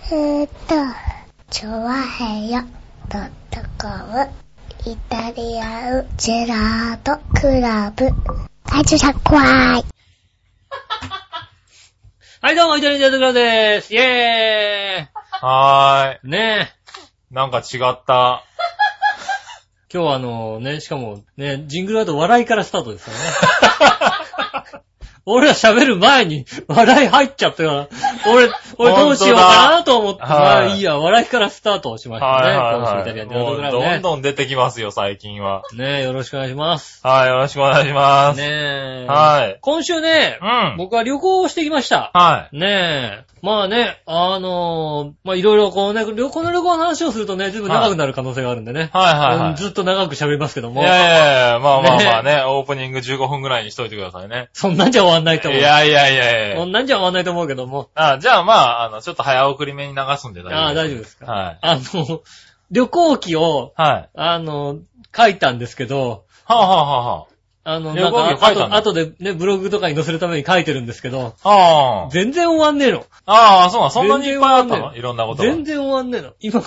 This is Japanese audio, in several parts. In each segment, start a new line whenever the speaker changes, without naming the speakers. えー、っと、チョワヘヨドットコム、イタリアンジェラートクラブ。はい、注射怖い。
はい、どうも、イタリアンジェラートクラブでーす。イェー
は
イねえ。
ーい。なんか違った。
今日はあのね、しかもね、ジングルだと笑いからスタートですから ね。俺ら喋る前に笑い入っちゃったから、俺、俺どうしようかなと思って、
本当だ
ま
はい
あいいや、笑いからスタートしましたね。今週イタ
はいはい
リアンジェラ
はい。
ー
も
ト
う
クラブ
どん
ね。
どん出てきますよ、最近は。
ねえ、よろしくお願いします。
はい、よろしくお願いします。
ねえ。
はい
今週ね
う、ん。
僕は旅行をしてきました。
は
ねえ。まあね、あのーまあいろいろこうね、旅行の旅行の話をするとね、ずいぶん長くなる可能性があるんでね。
い。はいはいは
うん
い。
ずっと長く喋りますけど
い
も。
やいやいや、まあまあまあ
ね
ね、オープニング15分ぐらいにしといてくださいね。
そんなんじゃ終わんないと
い
思う。
やいやいやい
そ
や
んなんじゃ終わんないと思うけども。
あじゃあまあ、あの、ちょっと早送り目に流すんで大
ああ、大丈夫ですか。
はい。
あの、旅行記を、
はい。
あの、書いたんですけど、
はあはあは
あの、
旅
なん
行記
か、
書
あ
いた
と、
んだ
後でね、ブログとかに載せるために書いてるんですけど、
あはあ。あ
全然終わんねえの。
あ。ああ、そうなん。そんなにいっぱいあっ
全
た
然わかん
の
ない
ろんなことが。
全然終わんねえの。今、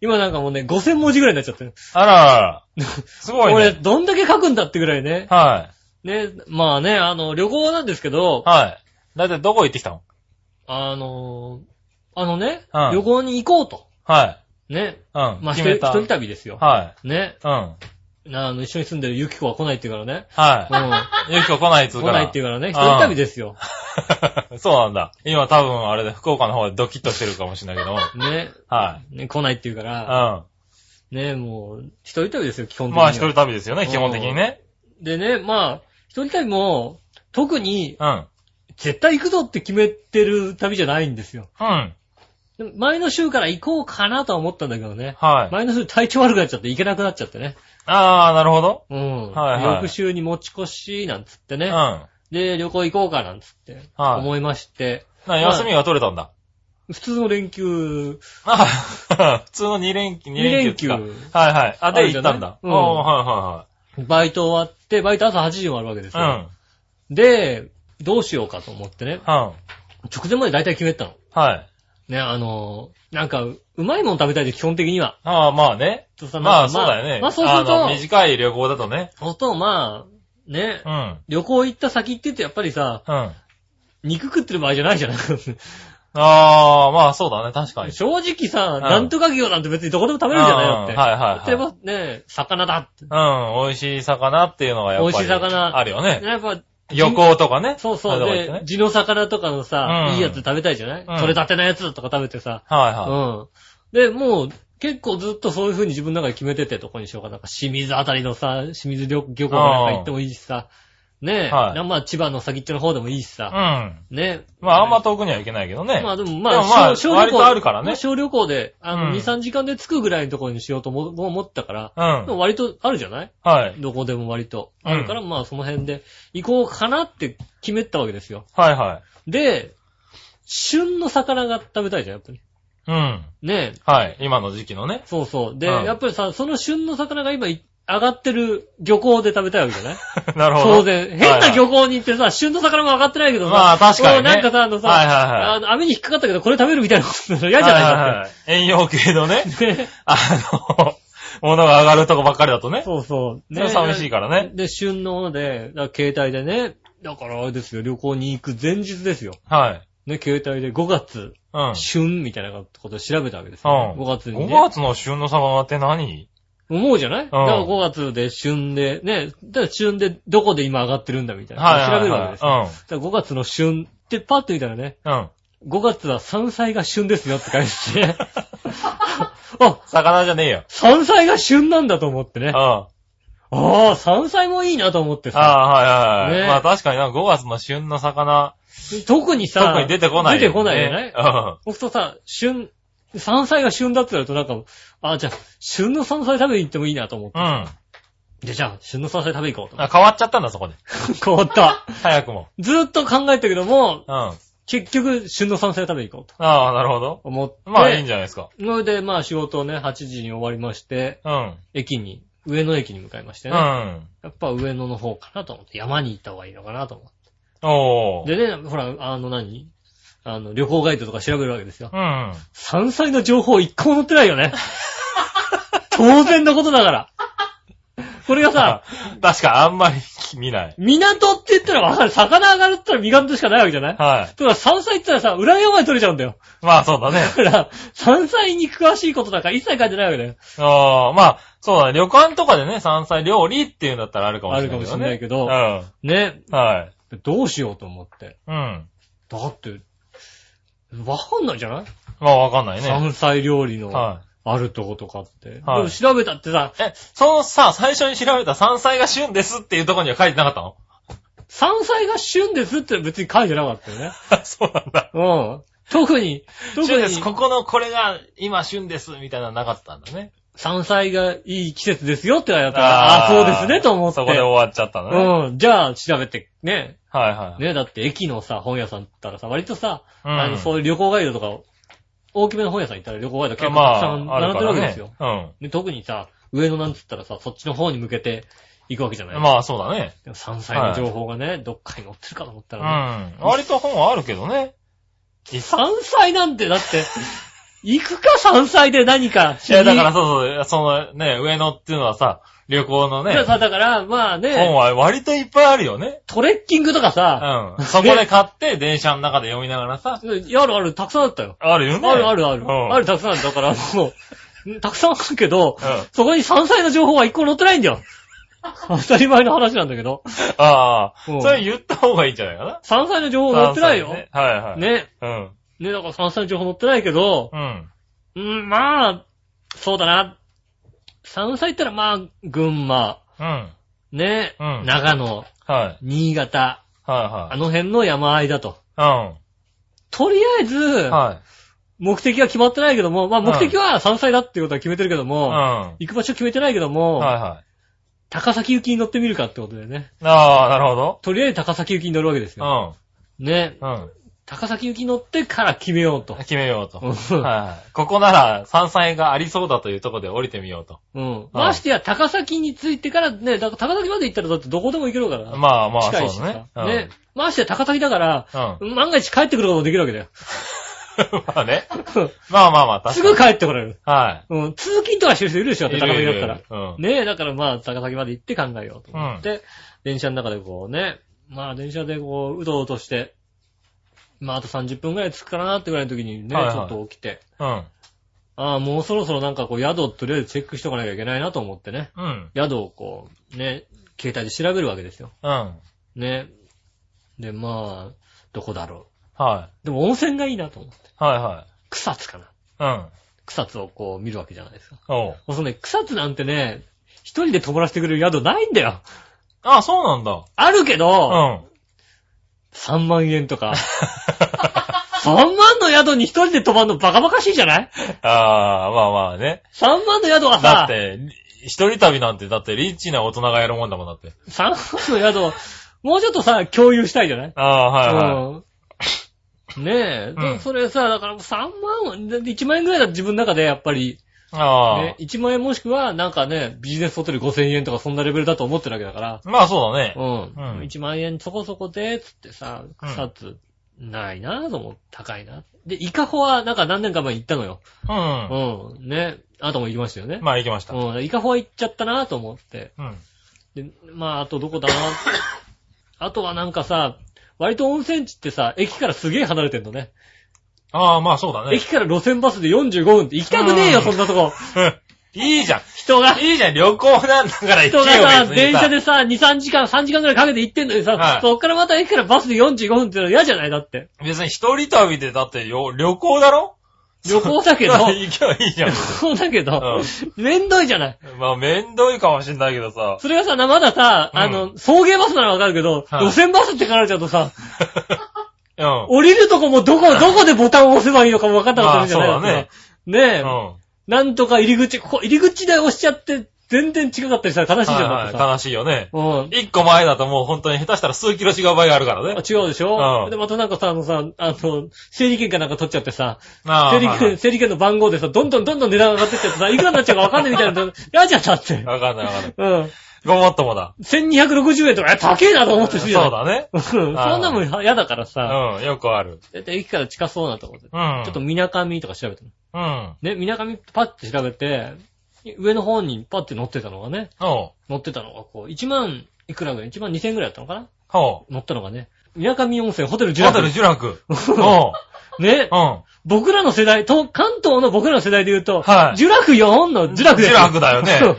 今なんかもうね、5000文字ぐらいになっちゃってる。
あらあら。 すごい
俺、
ね。
どんだけ書くんだってぐらいね。
はい。
ね、まあね、あの、旅行なんですけど、
はい。だいたいどこ行ってきたの
あの、あのね、
うん
旅行に行こうと。
はい。
ね。
うん。
まあ、一
決
人
め
一
た。
人旅ですよ。
はい。
ね。
うん。
あの、一緒に住んでるゆき子は来ないって言う からね。
は
う
い。ゆきこ来ないっつ
ん。
う
来
から。
ないって言うからね。一人旅ですよ。
うん そうなんだ。今多分あれで福岡の方でドキッとしてるかもしれないけども。
ね。
は
ね来ないって言うか
い。う
ら、
ん。
ね、もう、一人旅ですよ、基本的には。
まあ一人旅ですよね、基本的にね。
でね、まあ、一人旅も、特に、
うん。
絶対行くぞって決めてる旅じゃないんですよ。
うん。
でも前の週から行こうかなとは思ったんだけどね。
はい。
前の週体調悪くなっちゃって行けなくなっちゃってね。
ああ、なるほど。
うん。
はいはい
翌週に持ち越し、なんつって
う
ね
ん。。な
で、旅行行こうかなんつって、
はい
思いまして、
休みが取れたんだ。
普通の連休、
ああ普通の2連休、二連休。
二
か
連休
はいはい。あ、
ある
で
じ
行
ゃ
っ
ない
たんだ。
う
うんん。は
バイト終わって、バイト朝8時に終わるわけで
い
す
はい
よ。で、どうしようかと思ってね、
はい。うん。うん。
直前まで大体決めてたの。
はい。
ね、あのー、なんか、うまいもん食べたいで基本的には。
ああ、まあね。
とさ
まあそうだよね。
まあそうする
あの
と、
短い旅行だとね。
そうすると、まあ、ね、
うん。
旅行行った先って言ってやっぱりさ、
うん。
肉食ってる場合じゃないじゃない
ああ、まあそうだね、確かに。
正直さ、
ん
なんとか牛なんて別にどこでも食べれるじゃないだって。
うんはいはいはい
例えばね、魚だって。
うん、美味しい魚っていうのがやっぱり。
美味しい魚
あるよね。
やっぱ、
旅行とかね。
そうそう。
いとこ行って
で、
ね
地の魚とかのさ、
うん
いいやつ食べたいじゃない、
うん
取れたてのやつとか食べてさ。
はいは
うん。で、もう、結構ずっとそういう風に自分の中で決めてて、どこにしようかな。なんか清水あたりのさ、清水漁漁港なんか行ってもいいしさ。ねえ、
はい
なまあ千葉の先っちょの方でもいいしさ。
い。
ね
うん。まああんま遠くには行けないけどね。
まあでもま
で
あ、
もまあ
小小旅
割
行
とあるからね
小旅行で、あの、
うん
2、3時間で着くぐらいのところにしようとも思ったから、で
うん。
も割とあるじゃない
はい。
どこでも割と。あるから、まあその辺で行こうかなって決めたわけですよ。
はいはい。
で、旬の魚が食べたいじゃん、やっぱり。
うん。
ねえ。
はい。今の時期のね。
そうそう。で、
うん
やっぱりさ、その旬の魚が今い上がってる漁港で食べたいわけじゃ ない
なるほど。
当然。変な漁
業
港に行ってさ、旬の魚も上がってないけどさ。
まあ確かにね
もうなんかさ、あのさ、
はいはいはい
あの網に引っかかったけどこれ食べるみたいなこと嫌じゃ
嫌
ない
いですか。栄養系の ね、
だってね
あの、 ものが上がるとこばっかりだとね。
そうそう。
それは寂しいからね。
で、旬のもので、だから携帯でね、だからあれですよ、旅行に行く前日ですよ。
はい。
ね、携帯で5月
うん。
旬みたいなことを調べたわけです
う
よ、
ん。
5月に、
5
ね。
月の旬の魚って何
思うじゃない、だから5月で旬で、ね、だから旬でどこで今上がってるんだみたいな。調べるわけですよ。
は
だから5月の旬ってパッと見たらね、
いはいはい。うん。
5
うん。
月は山菜が旬ですよって書いて て。あ、
魚じゃねえ よ。
山菜が旬なんだと思ってね。
うん。
あ
あ
あ、山菜もいいなと思ってさ。
あ、はいはいはい。
ね
まあ確かにな、5月の旬の魚、
特にさ、
特に出てこないよね。
出てこないよね。
うん。
僕とさ、旬、山菜が旬だって言われるとなんか、あ、じゃあ、旬の山菜食べに行ってもいいなと思っ
う
て。
ん。
で、じゃあ、旬の山菜食べに行こうと思っ
あ変わっちゃったんだ、そこで。
て。変わった。
早くも。
ずーっと考えたけども、
うん。あ
結局、旬の山菜食べに行こうと
あ、なるほど。
思って。
まあいいんじ
ゃ
ゃないですか。
ん。それで、まあ仕事をね、8時に終わりまして、
うん。
駅に、上野駅に向かいまして
う
ね。
ん。
やっぱ上野の方かなと思って、山に行った方がいいのかなと思っ
おー。
て。でね、ほら、あの何あの、旅行ガイドとか調べるわけですよ。
うん。
山菜の情報一個も載ってないよね。 当然のことだから。これがさ、
確かあんまり見ない。
港って言ったらわかる。魚上がるって言ったら港しかないわけじゃない
は
とか、山菜って言ったらさ、裏山に取れちゃうんだよ。
い。まあそうだ ね
だ。から、山菜に詳しいことなんか一切書いてないわけだよ。
ああ、まあ、そうだね。旅館とかでね、山菜料理っていうんだったらあるかもしれないけどね。
あるかもしれないけど
う
ね。
ん。はい。
どうしようと思って。
うん。
だって、わかんないじゃない
まあわかんないね。
山菜料理の
は
あるとことかって。
はい
でも調べたってさ、
い。え、そのさ、最初に調べた山菜が旬ですっていうとこには書いてなかったの
山菜が旬ですって別に書いてなかったよね。
あそうなんだ。
うん。特に、特
旬です。
に、
ここのこれが今旬ですみたいなのなかったんだね。
山菜がいい季節ですよって言われたら、あ
ー
あ、そうですねと思って。
そこで終わっちゃったのね。はい
うん。じゃあ、調べて、ね。
はい。
ね、だって駅のさ、本屋さん行ったらさ、割とさ、
うん
あの、そういう旅行ガイドとかを、大きめの本屋さん行ったら旅行ガイド結構たく
ま
さん
あ、あ
並んで
るか
るわ
ら
けで
ね
すよ。。
う
で特にさ、上野なんつったらさ、そっちの方に向けて行くわけじゃない。
ん。まあそうだね。
でも山菜の情報がね、どっかに載ってるかと思った
う
らね。
ん。割と本はあるけどね。
山菜なんて、だって、行くか山菜で何か。
いや、だからそうそう、そのね、上野っていうのはさ、旅行のね
いや、さだから、まあ
本
ね、
は割といっぱいあるよね。
トレッキングとかさ、
うん。そこで買って、電車の中で読みながらさ、
あるある、たくさんあったよ。
あるよね。
あるあるあ
う
る。
ん
あるたくさんある。だから、もう、ん たくさんあるけど、
うん
そこに山菜の情報は一個載ってないんだ よ。当たり前の話なんだけど。
ああ、
うん
それ言った方がいいんじゃないかな。
山菜の情報載ってないよ。
山菜ねはいはい。。
ね。
うん。
ね、だから山菜の情報載ってないけど、
うん。
うん、まあ、そうだな。山菜ったらまあ、群馬、
うん。
ね、
うん
長野、
はい。
新潟、あ
はい
の辺の山あいだと。
は
とりあえず、
い。うん。はい。
目的は決まってないけども、まあ目的は山菜だっていうことは決めてるけど
うん。
も、
は
行く場所決めてないけど
い
も、
はい。
高崎行きに乗ってみるかってことだよね。
ああ、なるほど。
とりあえず高崎行きに乗るわけですよ。ね。
うん。うん。
高崎行きに乗ってから決めようと。
決めようと。
うん
はいはい。ここなら山菜がありそうだというところで降りてみようと。
うん。ましてや、高崎に着いてからね、だから高崎まで行ったらだってどこでも行けるから。
まあまあ、
近い
そ
し
うだ
さ。
ね。
ね。ましてや、高崎だから、
うん。うん。
万が一帰ってくることもできるわけだよ。
まあね。まあまあまあ、
す
確か
ぐ
に。
帰ってこられる。
は
うん。通勤とかしてる人いるでしょ、
い。
だって高崎だったら。
うん。
ねえ、だからまあ、高崎まで行って考えようと思って、電車の中でこうね、まあ電車でこう、うとうとして、まああと30分くらい着くかなってぐらいの時にね、
はいはい
ちょっと起きて、
うん。
ああ、もうそろそろなんかこう、宿をとりあえずチェックしとかなきゃいけないなと思ってね、
うん。
宿をこう、ね、携帯で調べるわけですよ。
うん。
ね。で、まあ、どこだろ
は
う。でも温泉がいいなと思って。
い。はいは
草津かな。
い。うん。
草津をこう見るわけじゃないですか。
おう。
もうそのね、草津なんてね、一人で泊まらせてくれる宿ないんだよ。
あ、そうなんだ。
あるけど、
うん。
3万円と か。3万の宿に一人で泊まるのバカバカしいじゃない
ああ、まあまあね。
?3 万の宿は
だっ
さ、
て、一人旅なんて、だってリッチな大人がやるもんだもんだって。
3万の宿を、もうちょっとさ、共有したいじゃない
ああ、はいはい。
うん。ねえ、で
うん
それさ、だから3万、だって1万円ぐらいだと自分の中でやっぱり、
ああ、
ね、1万円もしくはなんかね、ビジネスホテル5000円とかそんなレベルだと思ってるわけだから、
まあそうだね。
うん。
うん
1万円そこそこで、つってさ、草津、ないなぁと思って、高いな。で、イカホはなんか何年か前に行ったのよ。
う
う
ん。
ん。ね。あとも行きましたよね。
まあ行きました。うん。
うん。イカホは行っちゃったなと思って。で、まあ、あとどこ だなあとはなんかさ、割と温泉地ってさ、駅からすげえ離れてんのね。
ああ、まあそうだね。
駅から路線バスで45分って行きたくねえよ、
うん
そんなとこ。
いいじゃん。
人 が、
いいじゃん、旅行なんだから行け
人
よ
がさ、
別に
電車でさ、2、3時間、3時間くらいかけて行ってんのにさ、
はい
そっからまた駅からバスで45分ってのは嫌じゃないだ って。
別に一人旅で、だってよ、旅行だろ
旅行だけど、
行 けばいいじゃん。
そうだけど、めんどいじゃない。
まあ、めんどいかもしんないけ どさ。
それがさ、なまださ、
うん
あの、送迎バスならわかるけど、
はい
路線バスって書かれちゃうとさ、
うん。
降りるとこもど こ、どこでボタンを押せばいいのかも分かったことないじゃない
まあそうだね
ねえ、
うん。
なんとか入り口、ここ、入り口で押しちゃって、全然違かったりしたら悲しいじゃん。
はい
だっ
は
て
い
さ
悲しいよね。
うん。
一個前だともう本当に下手したら数キロ違う場合があるから
あ
ね。
違うでしょ、
うん
で、またなんかさ、あのさ、あの、整理券かなんか取っちゃってさ、
ああ
整理
はいはい
券、整理券の番号 でさ、どんどんどんどん値段が上がってっちゃってさ、いくらになっちゃうかわかんないみたいな、やじゃんだって。
わかんないわかんない。
うん。
ごもっともだ。
1260円とか、え、高えなと思ってる
そう
じゃん。
だね。
うん。そんなもん嫌だからさ、
うん、よくある。
だいたい駅から近そうなところで。ち
うん。
ょっと、みなかみとか調べてみ
うん。
ね、みなかみパッて調べて、上の方にパッて乗ってたのがね、
おう。
乗ってたのがこう、1万いくらぐらい、1万2000ぐらいだったのかな
ほう。
乗ったのがね、みなかみ温泉ホテル
ホテ
10
ル
ル
ジュ ラク。おう。
ね、
うん。
僕らの世代、と関東の僕らの世代で言うと、
はい
ジュラク4のジュラクです
ジュラクだよね
そう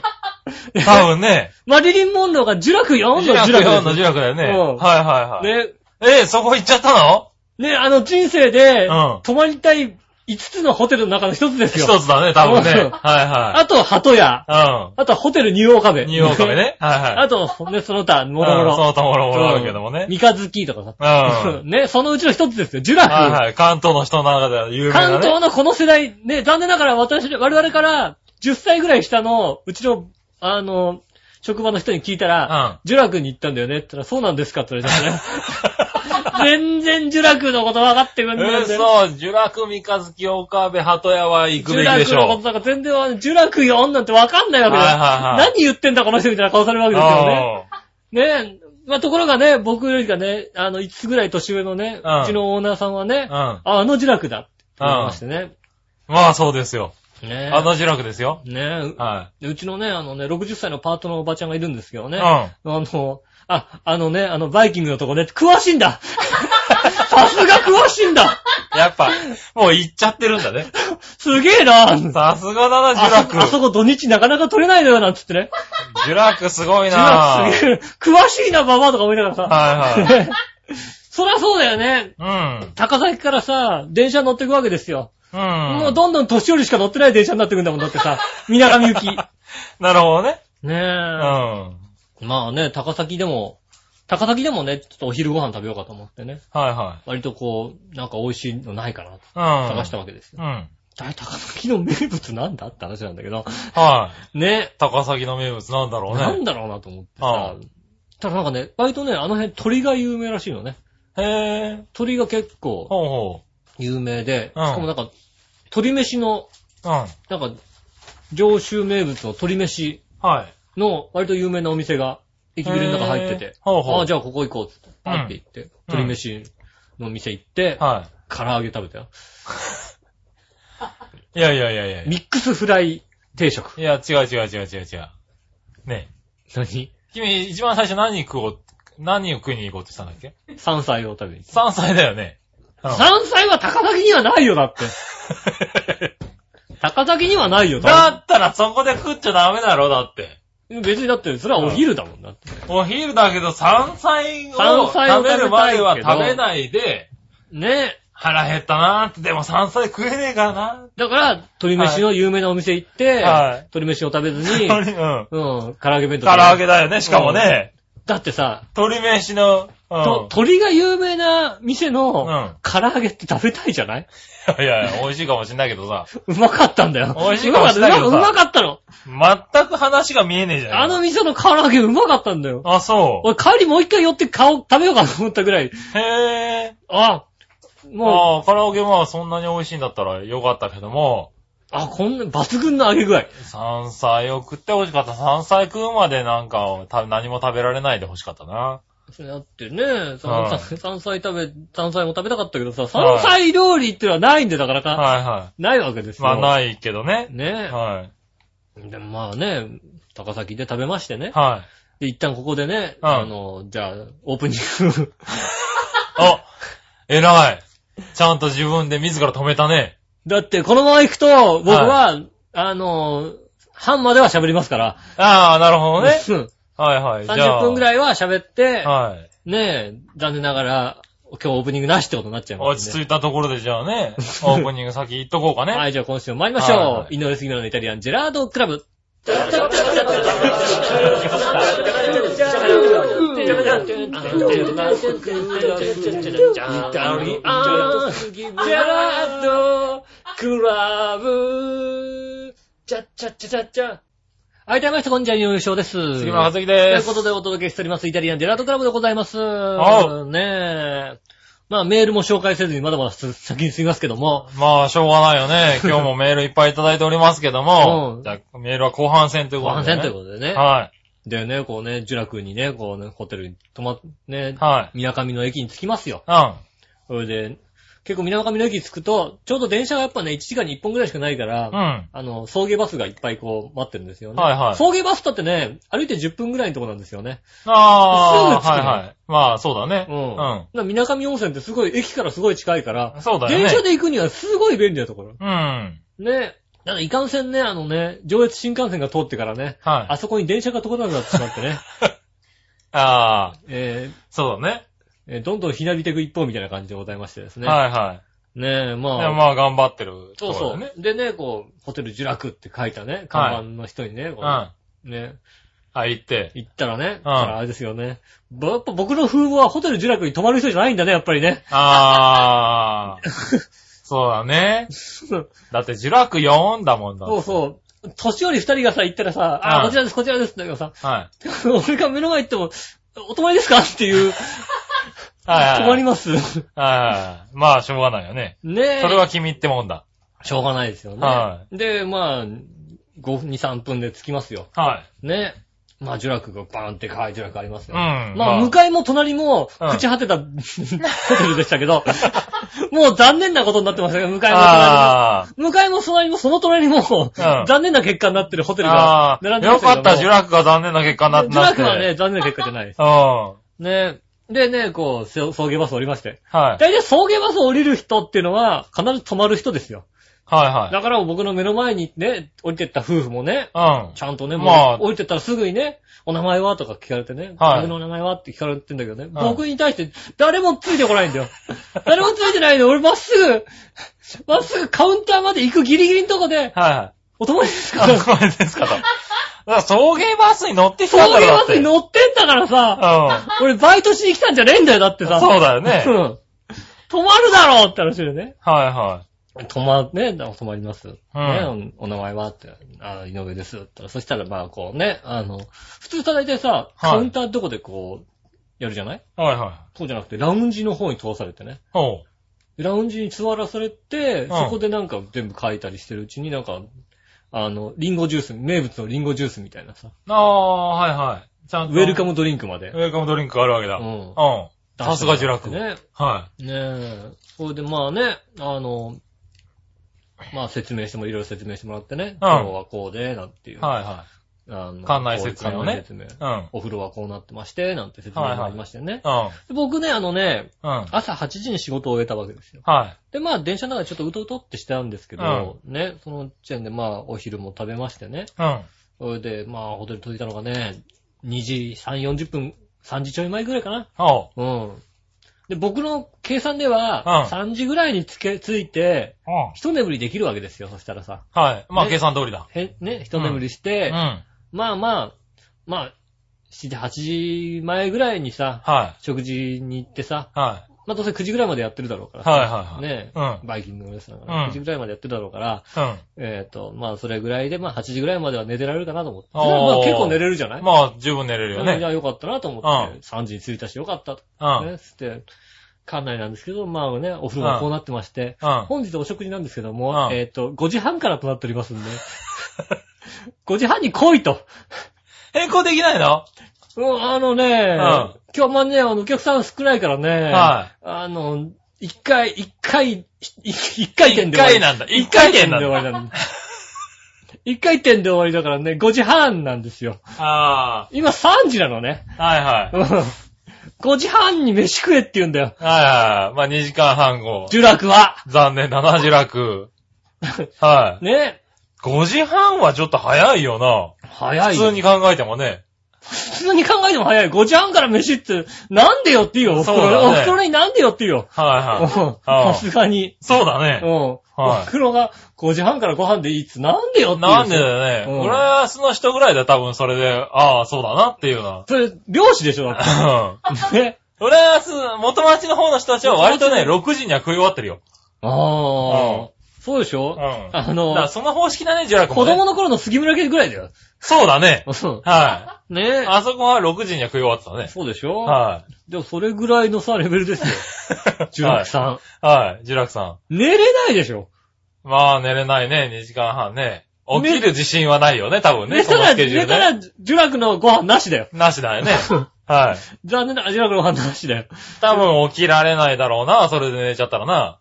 多分ね。
マリリン・モンローがジュラク4のジ
ジ
ュ
ュ
ラ
ラ
ク
ク
です
4のジュラクだよね。
うん
はいはいはい。
ね、
えー、そこ行っちゃったの
ね、あの人生で、
うん
泊まりたい5つのホテルの中の1つですよ。
一つだね、多分ね。
そう
は
あと、鳩屋。
いは
あとはホテルニューオーカベ。
い。うん。ニューオーカメ。ね。はいはい。
あと、ね、その他、もろも
うんそ
ろ。
のともろもろあるけどもね。
三日月とかさ。
う ん。
ね、そのうちの一つですよ。ジュラフ。
はいはい。関東の人の中では有名なね。
関東のこの世代、ね、残念ながら私、我々から10歳ぐらい下の、うちの、あの、職場の人に聞いたら、ジュラクに行ったんだよねって言ったら、そうなんですかって言われ たか らね。全然ジュラクのこと分かってくんないんだよね。
嘘、ジュラク三日月岡部鳩屋は行
ジ
く
ュ
べき
ラ
で
ク
し
のこ
ょ
となんか全然わかんない、ジュラクよんなんて分かんないわけだよ。
はいはいはい
何言ってんだこの人みたいな顔されるわ
う。
けですよね。ねえ、まあ、ところがね、僕よりがね、あの、5つぐらい年上のね、
うん
うちのオーナーさんはね、
うんうん
あ、あのジュラクだって言いましてね。
まあそうですよ。
ねえ。
あのジュラクですよ。
ね
は
え、うちのね、あのね、60歳のパートのおばちゃんがいるんですけど
い。
ね。
うん。
あ
あ
の、あ、あのね、あの、バイキングのとこね、詳しいんだ さすが詳しいんだ
やっぱ、もう行っちゃってるんだね。
すげえな
さすがだな、ジュラ
あそあ
ク
そ。こ土日なかなか取れないのよ、なんつってね。
ジュラクすごい
ジュ
な
ラ
は
ク
い
すげえ詳しいな、ババアとか思いながらさ。
は
そりゃそうだよね。
い。
高崎からさ、電車乗ってくわけですよ。
うん。
も
う。
うんどんどん年寄りしか乗ってない電車になってくんだもん、だってさ。みなかみゆ き。ね
なるほどね。
え。
うん。
まあね、高崎でも、高崎でもね、ちょっとお昼ご飯食べようかと思ってね。
はいは
割とこう、なんか美味しいのないかなと
い。うん。
探したわけですよ。
うん。
大高崎の名物なんだって話なんだけど、
はい。
ね、
高崎の名物なんだろう
なん
ね。
だろうなと思って
あ
さ
あ、
ただなんかね、割とね、あの辺鳥が有名らしいのね。
へぇー。
鳥が結構
ほうほ
有名で、し
うん
かもなんか、鳥飯の、
う。うん。
なんか、上州名物の鳥飯
はい。
の割と有名なお店が、駅ビルの中入って
へー
て、
ほうほう
ああ、じゃあここ行こうっつって、パンって行って、鳥飯の店行って、
は
唐揚げ食べたよ。
い。いやいやいやいやい
ミックスフライ定食。
や。いや、違う違う違う違う違う。ね
何
え。君、一番最初何食おう、何を食いに行こうってしたんだっけ
山菜を食べに行った。
山菜だよね。うん
山菜は高崎にはないよ、だって。高崎にはないよ、
だ
だ
ったらそこで食っちゃダメだろ、だって。
別にだって、それはお昼だもんだって。
お昼だけど山菜を
山菜を
食べるまでは
食べ
食
たいけど
べないで、
ねえ。
腹減ったなーって、でも山菜食えねえからな
だから、鶏飯の有名なお店行って、
はい
鶏飯を食べず
ー
に、
って。うん。
うん、唐揚げ弁当
唐
食べる。
揚げだよね、しかもね。
だってさ、
鶏飯の、うん。
と鳥が有名な店
う
の、
ん。
唐揚げって食べたいじゃない
いやいや、美味しいかもしんないけどさ。
うまかったんだよ。
美味しいかもしれないけど
う
さ
まかったうまかったの。
全く話が見えねえじゃん。
あの店の唐揚げうまかったんだよ。
あ、そ
俺
う。
帰りもう一回寄って顔 食べようかと思ったぐらい、
へえ。
あ、もう、
まあ、カラオケはそんなに美味しいんだったらよかったけども、
あ、こんな抜群の揚げ具合。
山菜を食って欲しかった。山菜食うまでなんか、た何も食べられないで欲しかったな。
それだってね、その
はい
山菜食べ、山菜も食べたかったけどさ、
はい
山菜料理ってのはないんで、だからか、
はいは
ないわけです
い。
よ。
まあ、ないけどね。
ね
は
え。でもまあね、高崎で食べましてね
い。。はい。
で、一旦ここでね、
はい
あの、じゃあ、オープニング。
あ偉い。ちゃんと自分で自ら止めたね。
だって、このまま行くと、僕は、あの、半までは喋りますから。
ああ、なるほどね。
うん
はいはい。じゃ
30
あ。
分ぐらいは喋って、
はい。
ねえ、残念ながら、今日オープニングなしってことになっちゃいますんで。
落ち着いたところでじゃあ ね、オープニング先行っとこうかね。
はい、じゃあ今週も参りまし
はい
ょ
は
う。井上杉村のイタリアンジェラードクラブ。はい、どうもみなさんこんにちは、井上翔です。
杉村和
と
樹で
いう
す。
ことでお届けしております、イタリアンジェラードクラブでございます。
お
ねえ。まあ、メールも紹介せずにまだまだす先に進みますけども。
まあ、しょうがないよ
、
ね。今日もメールいっぱいいただいておりますけども
うん
じゃあメールは後半戦という
ご
こと
飯
で、
戦
ね。
ということでね。
はい。
でね、こうね、ジュラ君にね、こうね、ホテルに泊まっ、ね、
は
みなかみの駅に着きますよ。
い。うん。
それで、結構みなかみの駅着くと、ちょうど電車がやっぱね、1時間に1本ぐらいしかないから、
うん。
あの、送迎バスがいっぱいこう待ってるんですよね。
はいはい
送迎バスだってね、歩いて10分ぐらいのとこなんですよね。
あ
すぐ着
あ、
く
は
の
いはい。まあ、そうだね。
うん。みなかみ温泉ってすごい、駅からすごい近いから
うん。、そうだよね。
電車で行くにはすごい便利なところ。
うん。
ね。だからいかんせんね、あのね、上越新幹線が通ってからね、
はい。
あそこに電車が通らなくなってしまって ね、
ああ、
えー
そうだね。
えーどんどんひなびていく一方みたいな感じでございましてですね。
はいはい。
ねえ、ま
で
あ。
まあ、頑張ってる
そう
ところだ
そ
よね。
う。でね、こう、ホテル呪楽って書いたね、看板の人にね、こ
う。
うん
あ、
ね、
行って。
行ったらね、そしたらあれですよね。ぼやっぱ僕の風貌はホテル呪楽に泊まる人じゃないんだね、やっぱりね。
ああ、そうだ ね。だって、呪楽4だもんだ。
そうそう。年寄り二人がさ、行ったらさ、あ、
うん
こちらです、こちらです、だけどさ、
はい。
俺が目の前行っても、お泊まりですかっていう、
はいはい。
泊まり ます。
はい。まあ、しょうがないよね。
ねえ。
それは君ってもんだ。
しょうがないですよね。
は
で、まあ、5分、2、3分で着きますよ。
はい。
ね。まあ、呪楽がバーンってかい呪楽あります
う
よ。
ん。ま
まあ、向かいも隣も、
うん
朽ち果て た、ホテルでしたけど、もう残念なことになってましたけど、向かいも隣も。
あ
向かいも隣も、その隣も、
ん
残念な結果になってるホテル
あ
が
あ
並ん
あ、
でま
よ
した
か
けども。
った、呪楽が残念な結果になって。
ジュラクはね、残念な結果じゃないです。
うん。は
ね。でね、こう、せ送迎バス降りまして。
い。はい
大体送迎バス降りる人っていうのは、必ず泊まる人ですよ。
はい。
だから僕の目の前にね、降りてった夫婦もね、
うん。
ちゃんとね、
ま
も
あ
う降りてったらすぐにね、お名前はとか聞かれてね、
はい
僕のお名前はって聞かれてんだけどね、僕に対して誰もついてこないんだよ。 誰もついてないの。俺まっすぐ、まっすぐカウンターまで行くギリギリのとこで、
はいはい。
お友達です か
あ、これですかと。だから送迎バスに乗ってき
送
たんだ
迎
ろ、だ
バ
っ
ス
て。
に乗ってんだからさ、俺バイトしに来たんじゃねえんだよ、だって
うん。
さ。
そうだよね。
う
はい
ん。泊まるだろうって話でね。
は
泊ま、ね、だ泊まります。
ん
ね、おお名前はって、あ、井上ですって言ったら。そしたら、まあ、こうね、あの、普通さ、大体さ、カウンターどこでこう、やるじゃない
い。はいはい。
そうじゃなくて、ラウンジの方に通されてね。
おう。
でラウンジに座らされて、
ん
そこでなんか全部書いたりしてるうちになんか、あの、リンゴジュース、名物のリンゴジュースみたいなさ、
ああ、はいはい。ちゃ
ウ
んと。
ェルカ
ム。
ムドリンクまで
ウ。ェルカムドリンクがあるわけだ。
う
うんん。さすがジュラク。
ね。
は
ねえ。それでまあね、あの、まあ説明しても、いろいろ説明してもらってね、今日はこうで、なんてい
い。
う。
はいは
あの
館内説明のね
館内説
い。う
明
ん。
お風呂はこうなってまして、なんて説明がありましてね。
うん。
で僕ね、あのね、
うん。
朝8時に仕事を終えたわけですよ。
はい。
で、まあ、電車の中でちょっとうとうとってしてたんですけど、ね、その時点でまあ、お昼も食べましてね。
うん。
それで、まあ、ホテル着いたのがね、2時、3、40分、3時ちょい前ぐらいかな。
おう。
うん。で、僕の計算では、
うん
3時ぐらいにつけ、ついて、
うん。
一眠りできるわけですよ、そしたらさ。
はい。まあ、
ね
計算通りだ。
へね、一眠りし
う
て、
ん。
まあまあ、まあ、7時、8時前ぐらいにさ、
はい。
食事に行ってさ、
はい。
まあどうせ9時ぐらいまでやってるだろうからさ。
はいはいはい
ねえ、
う
バイキングのレスだから、
うん
9時ぐらいまでやってるだろうから、
うん。
えっ、と、まあそれぐらいで、まあ8時ぐらいまでは寝てられるかなと思って。
おー
まあ結構寝れるじゃない
まあ、十分寝れるよ
うんじ
ね
ゃ。あよかったなと思って、3時に着いたしよかったと。
うん。うん。
ね、つって、館内なんですけど、まあね、お風呂がこうなってまして、本日お食事なんですけども、
うん
えっ、と、5時半からとなっておりますんで、5時半に来いと。
変更できないの
うん、あのね、今日もね、あの、お客さん少ないからね、
は
あの、一回、一回、一一回転で終わり。
一回なんだ一回転なんだ
一回転で終わりなんだ。一回転で終わりだからね、5時半なんですよ。
い。あ
今3時なのね。
あ。はいはい。
うん5時半に飯食えって言うんだよ。
はいはい。まあ、2時間半後。
呪楽は。
残念だな、ジ楽。は
ね。
い。5時半はちょっと早いよな。
早いよ。
普通に考えてもね。
普通に考えても早い。5時半から飯って、なんでよって言うよ。おふくろ
そうだね
おふくろになんでよって言うよ。
はい
うん
はい。あ
さすがに。
そうだ
うん
ね。。
おふくろが5時半からご飯でいいっつ、なんでよって言うよ
なんでだよね。
うん
浦安の人ぐらいだ多分それで、ああ、そうだなっていうな。
それ、漁師でしょ、だって。 ね。
うん 浦安、元町の方の人たちは割とね、
元
6時には食い終わってるよ。
ああ。そうでしょ
うん
あ
だから
の、
その方式だね、ジュラクも、
子
ね。
供の頃の杉村家ぐらいだよ。
そうだね。
うん
は
ね
い。あそこは6時には食い終わってたね。
そうでしょ
は
でもそれぐらいのさ、レベルですよ。
い。
中学さ
はい、ジュラクさん。
ん。寝れないでしょ
まあ、寝れないね、2時間半ね。起きる自信はないよね、多分ね。
寝
そ
た
の
ら、
スケジュー
寝
ル
たら、
ね。
ジュラクのご飯なしだよ。
なしだよね。はい。
残念ながらジュラクのご飯なしだよ。
多分起きられないだろうな、それで寝ちゃったらな。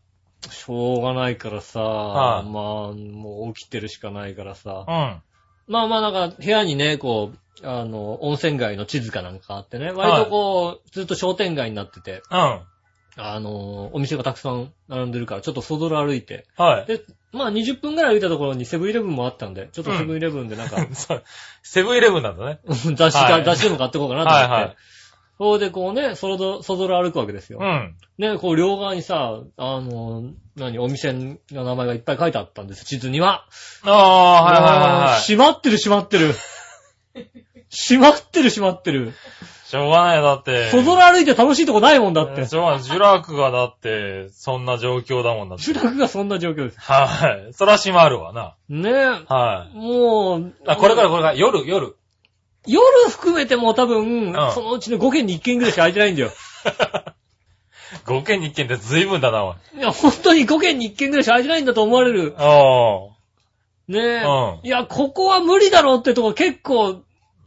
しょうがないからさ、
は
まあ、
い
もう起きてるしかないからさ
う。ん。
まあまあなんか、部屋にね、こう、あの、温泉街の地図かなんかあってね、割とこう、ずっと商店街になってて、
うん。
あの、お店がたくさん並んでるから、ちょっと外路歩いて、
はい。
で、まあ20分ぐらい歩いたところにセブンイレブンもあったんで、ちょっと
うん
セブンイレブンでなんか、
そうセブンイレブンなんだね。
雑誌
は
か、
い
雑誌でも買ってこうかなと思って。
はいはい
それでこうね、そろそぞろ歩くわけですよ。
うん。
ね、こう両側にさ、あの、何、お店の名前がいっぱい書いてあったんです、地図には。
ああ、はいはいはい
も
は
う
い。
閉まってる閉まってる。閉まってる閉まってる。
しょうがないよ、だって。
そぞろ歩いて楽しいとこないもんだって
えー。しょうがない。ジュラクがだって、そんな状況だもんだって。
集落がそんな状況です。
はい。そら閉まるわな。
ね
は
もう
い。、あ、これからこれから、夜、夜。
夜含めても多分、
ん
そのうちの5件に1件ぐらいしか空いてないんだよ。
5件に1件って随分だな、おい。
いや、本当に5件に1件ぐらいしか空いてないんだと思われる。
あ
ねえ。
うん
いや、ここは無理だろうってとこ結構、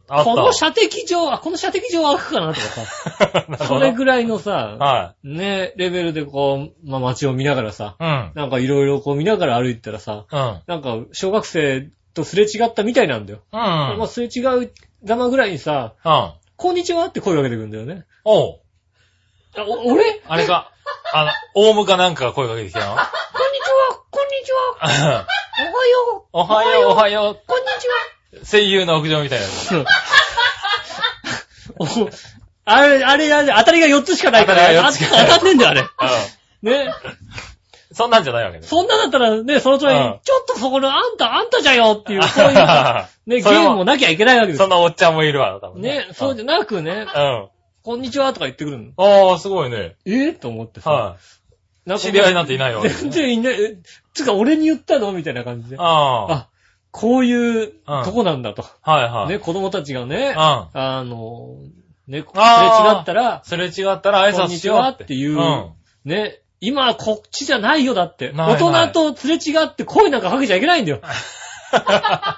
あ。あ
この
っ
射的場、あ、この射的場は開くかなとかさ、
た。 な
そ
るほ
れ
ど。
ぐらいのさ、
は
ねえ、レベルでこう、まあ、街を見ながらさ、
い。うん。
なんかいろいろこう見ながら歩いてたらさ、
うん。
なんか小学生とすれ違ったみたいなんだよ。
うん。
まあ、すれ違うざまぐらいにさ、
うん。
こんにちはって声かけてくんだよね。
おう。
あお俺
あれか。あの、オウムかなんかが声かけてきたの
こんにちはこんにちは おはよう
おはよう、おはよ
こんにちは
う。声優の屋上みたいなやつ。
おあれ、あれ、あれ、当たりが4つしかないから、
当たりが
あ
4つ
当
しかない
たってんだよ、あれ。
う
ね。
ん。そんなんじゃないわけです。
そんなだったらね、その
う
隣に
ん、
ちょっとそこの、あんた、あんたじゃよっていう、そういう さ、ね、ゲ
それは
ームもなきゃいけないわけです
そん
よ。
なおっちゃんもいるわ、多分ね。
ね、そうじゃなくね、
うん。
こんにちはとか言ってくるの。
ああ、すごいね。
えと思ってさ、
は。
ないんか
知り合いなんていないわけ。
全然いない、えつうか俺に言ったのみたいな感じで。
あ
あ、こういうとこなんだと。
あ。はいはい。
ね、子供たちがね、
うん。
あの、ね、すれ違
あー
ったら、
すれ違ったら挨
こん
拶
に
し
ち
よう
は
っ。
ってていう
うん。
ね、今はこっちじゃないよ、だって。
ないな
大
い
人とすれ違って声なんかかけちゃいけないんだ よ。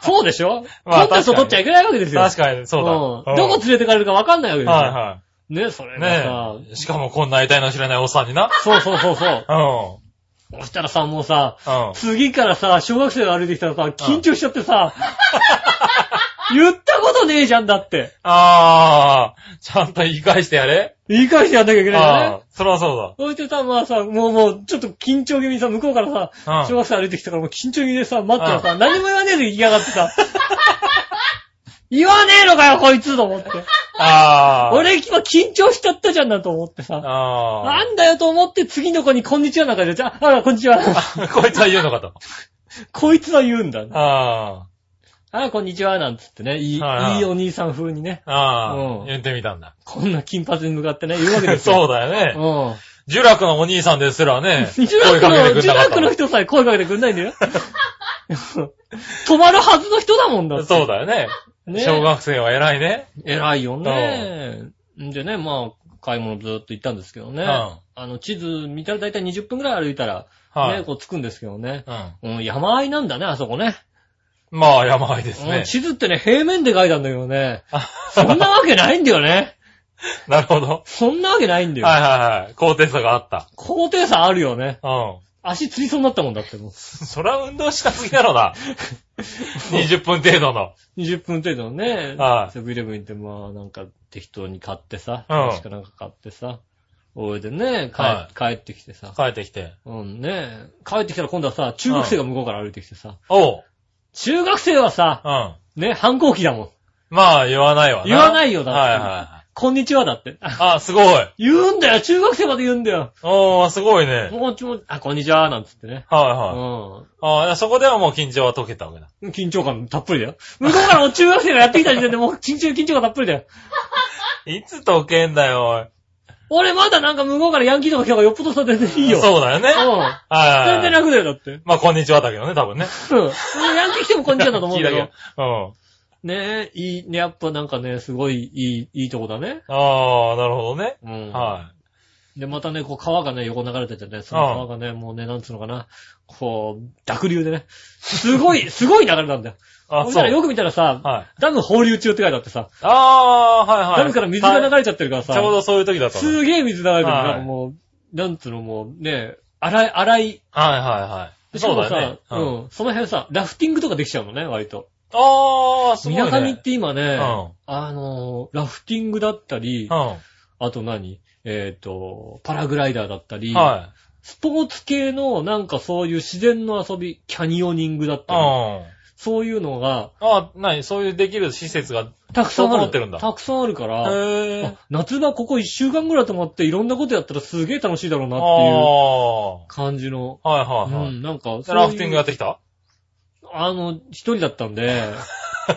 そうでしょ、
まあ
コンタクト取っちゃいけないわけですよ。
確かに、そうだ。
んどこ
つ
連れてかれるかわかんないわけですよ。
は
ね、それ
い
が
は
さ、
い。ねえ。しかもこんな痛いの知らないおっさんにな。
そうそうそうそう。
うん。うん。
そしたらさ、もうさ、次からさ、小学生が歩いてきたらさ、緊張しちゃってさ、 言ったことねえじゃんだって。
ああ、ちゃんと言い返してやれ。
言い返してやんなきゃいけないよ
あ
ね
あ。、そりゃそ
そうやってさ、まあさ、もうもう、ちょっと緊張気味にさ、向こうからさ、
うだ。う
小
ん。
学生歩いてきたからもう緊張気味でさ、待ったらさ、何も言わねえで行きやがってさ、言わねえのかよ、こいつと思って。
ああ。
俺今緊張しちゃったじゃんなと思ってさ、
あ
なんだよと思って次の子にこんにちはなんか言っちゃ、あら、こんにちは。
あ。 こいつは言うのかと。
こいつは言うんだ。
あ
あら、こんにちは、なんつってね、いい、
はいはい
いいお兄さん風にね、
あ。あ
うん
あ。言ってみた んだ。
こんな金髪に向かってね、言うわけですよ。
そうだよね。
うん。
ジュラクのお兄さんです らね。
ジュラ
声かけ
ク
て
の、
くん
ジュ
なか
ラ
った
クの人さえ声かけてくんないん だよ。止まるはずの人だもんだって。
そうだよね。
ね
小学生は偉いね。
偉いよね。んでね、まあ、買い物ずっと行ったんですけどね。
うん
あの、地図見たら大体20分くらい歩いたら、
は
ね、
い。
こう着くんですけどね。
うん。
うん、山あいなんだね、あそこね。
まあ、山あいです
うん
ね。
地図ってね、平面で書いたんだけどね。そん
あ
なわけないんだよね。
なるほど。
そんなわけないんだよ。
はいはいはい。高低差があった。
高低差あるよね。
うん。
足つりそうになったもんだって、もう。
そりゃ運動したすぎだろ うな。20分程度の。
20分程度のね、
はい
セブンイレブン行って、まあなんか適当に買ってさ、
うん
確かなんか買ってさ、おいでね、帰,、
は
帰ってきてさ、
帰ってきて。
うんね、帰ってきたら今度はさ、中学生が向こうから歩いてきてさ、
おう。
中学生はさ、
うん。
ね、反抗期だもん。
まあ、言わないわな。
言わないよだって
はいは
こんにちはだって。
い。
あ
あ、すごい。
言うんだよ中学生まで言うんだよ
おー、すごいね。
もうちも、あ、こんにちはなんつってね。う
はいはい。
ん。
あーそこではもう緊張は解けたわけだ。
緊張感たっぷりだよ。向こうからもう中学生がやってきた時点でもう緊張、緊張感たっぷりだよ。
いつ解けんだよ、おい。
俺まだなんか向こうからヤンキーとか来た方がよっぽどさ、全然いいよ。う。
そうだよね。はい
うん。
はいはい。
全然楽だよ、だって。
まあ、こんにちはだけどね、多分ね。
うん。ヤンキー来てもこんにちはだと思 うんだけ
聞い
ど
た。けど。うん。
ねえ、いい、ね、やっぱなんかね、すごいいい、いいとこだね。
ああ、なるほどね。
うん。
は
で、またね、こう川がね、横流れててね、その川がね、もうね、なんつうのかな、こう、濁流でね、すご い、すごい流れなんだよ。
あ、
そし
そ
たらよ
う。
く見たらさ、
はい。
ダム放流中って書いてあってさ、
あー、はいはい。
ダムから水が流れちゃってるから
ち
さ、
ょうどそういう時だったの。はい
すげえ水流れてる。
はい
なんかもう、なんつうのもう、ね、荒い、荒い。
は
で
いはい。
しか
そう
も
だ
さ
よね。うん。
うん。その辺さ、ラフティングとかできちゃうのね、割と。
あー、すごいね。
水上って今ね、
うん
あのー、ラフティングだったり、
う
あと何えっ、と、パラグライダーだったり、
ん。は
スポーツ系のなんかそういう自然の遊び、キャニオニングだっ
い。う
たり、
ん。
そういうのが
あ、なに、そういうできる施設が、
たくさんあ
整
る。
ってるんだ
たくさんあるから、
へ
あ夏場ここ1週間ぐらい泊まっていろんなことやったらすげえ楽しいだろうな
あ
っていう
あ
感じの
ー。はいはいは
う
い。
ん、なんかそういう、
ラフティングやってきた
あの、一人だったん で、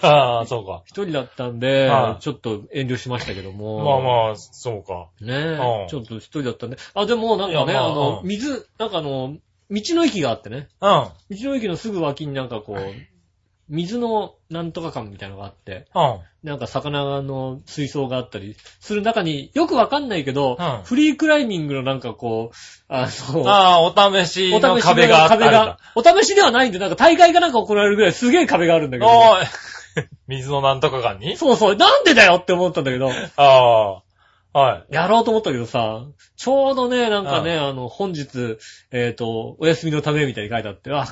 ああ、 そうか。
一人だったんで
は、い
ちょっと遠慮しましたけども。
まあまあ、そうか。
ね
う
え
ん、
ちょっと一人だったんで。あ、でもなんか
い
ね、
や
あ
まあ
の、
うん
水、なんかあの、道の駅があってね、
うん。
道の駅のすぐ脇になんかこう、水のなんとか館みたいなのがあって、
うん。
なんか魚の水槽があったりする中によくわかんないけど、
うん
フリークライミングのなんかこう、あの、
ああ、お試しの壁があったん
壁が
だ。、
お試しではないんで、なんか大会がなんか行われるぐらいすげえ壁があるんだけど。
おーい 水のなんとか館に
そうそう、なんでだよって思ったんだけど、
ああ。はい。
やろうと思ったけどさ、ちょうどね、なんかね、あの、本日、えっ、と、お休みのためみたいに書いてあって、あ、
あ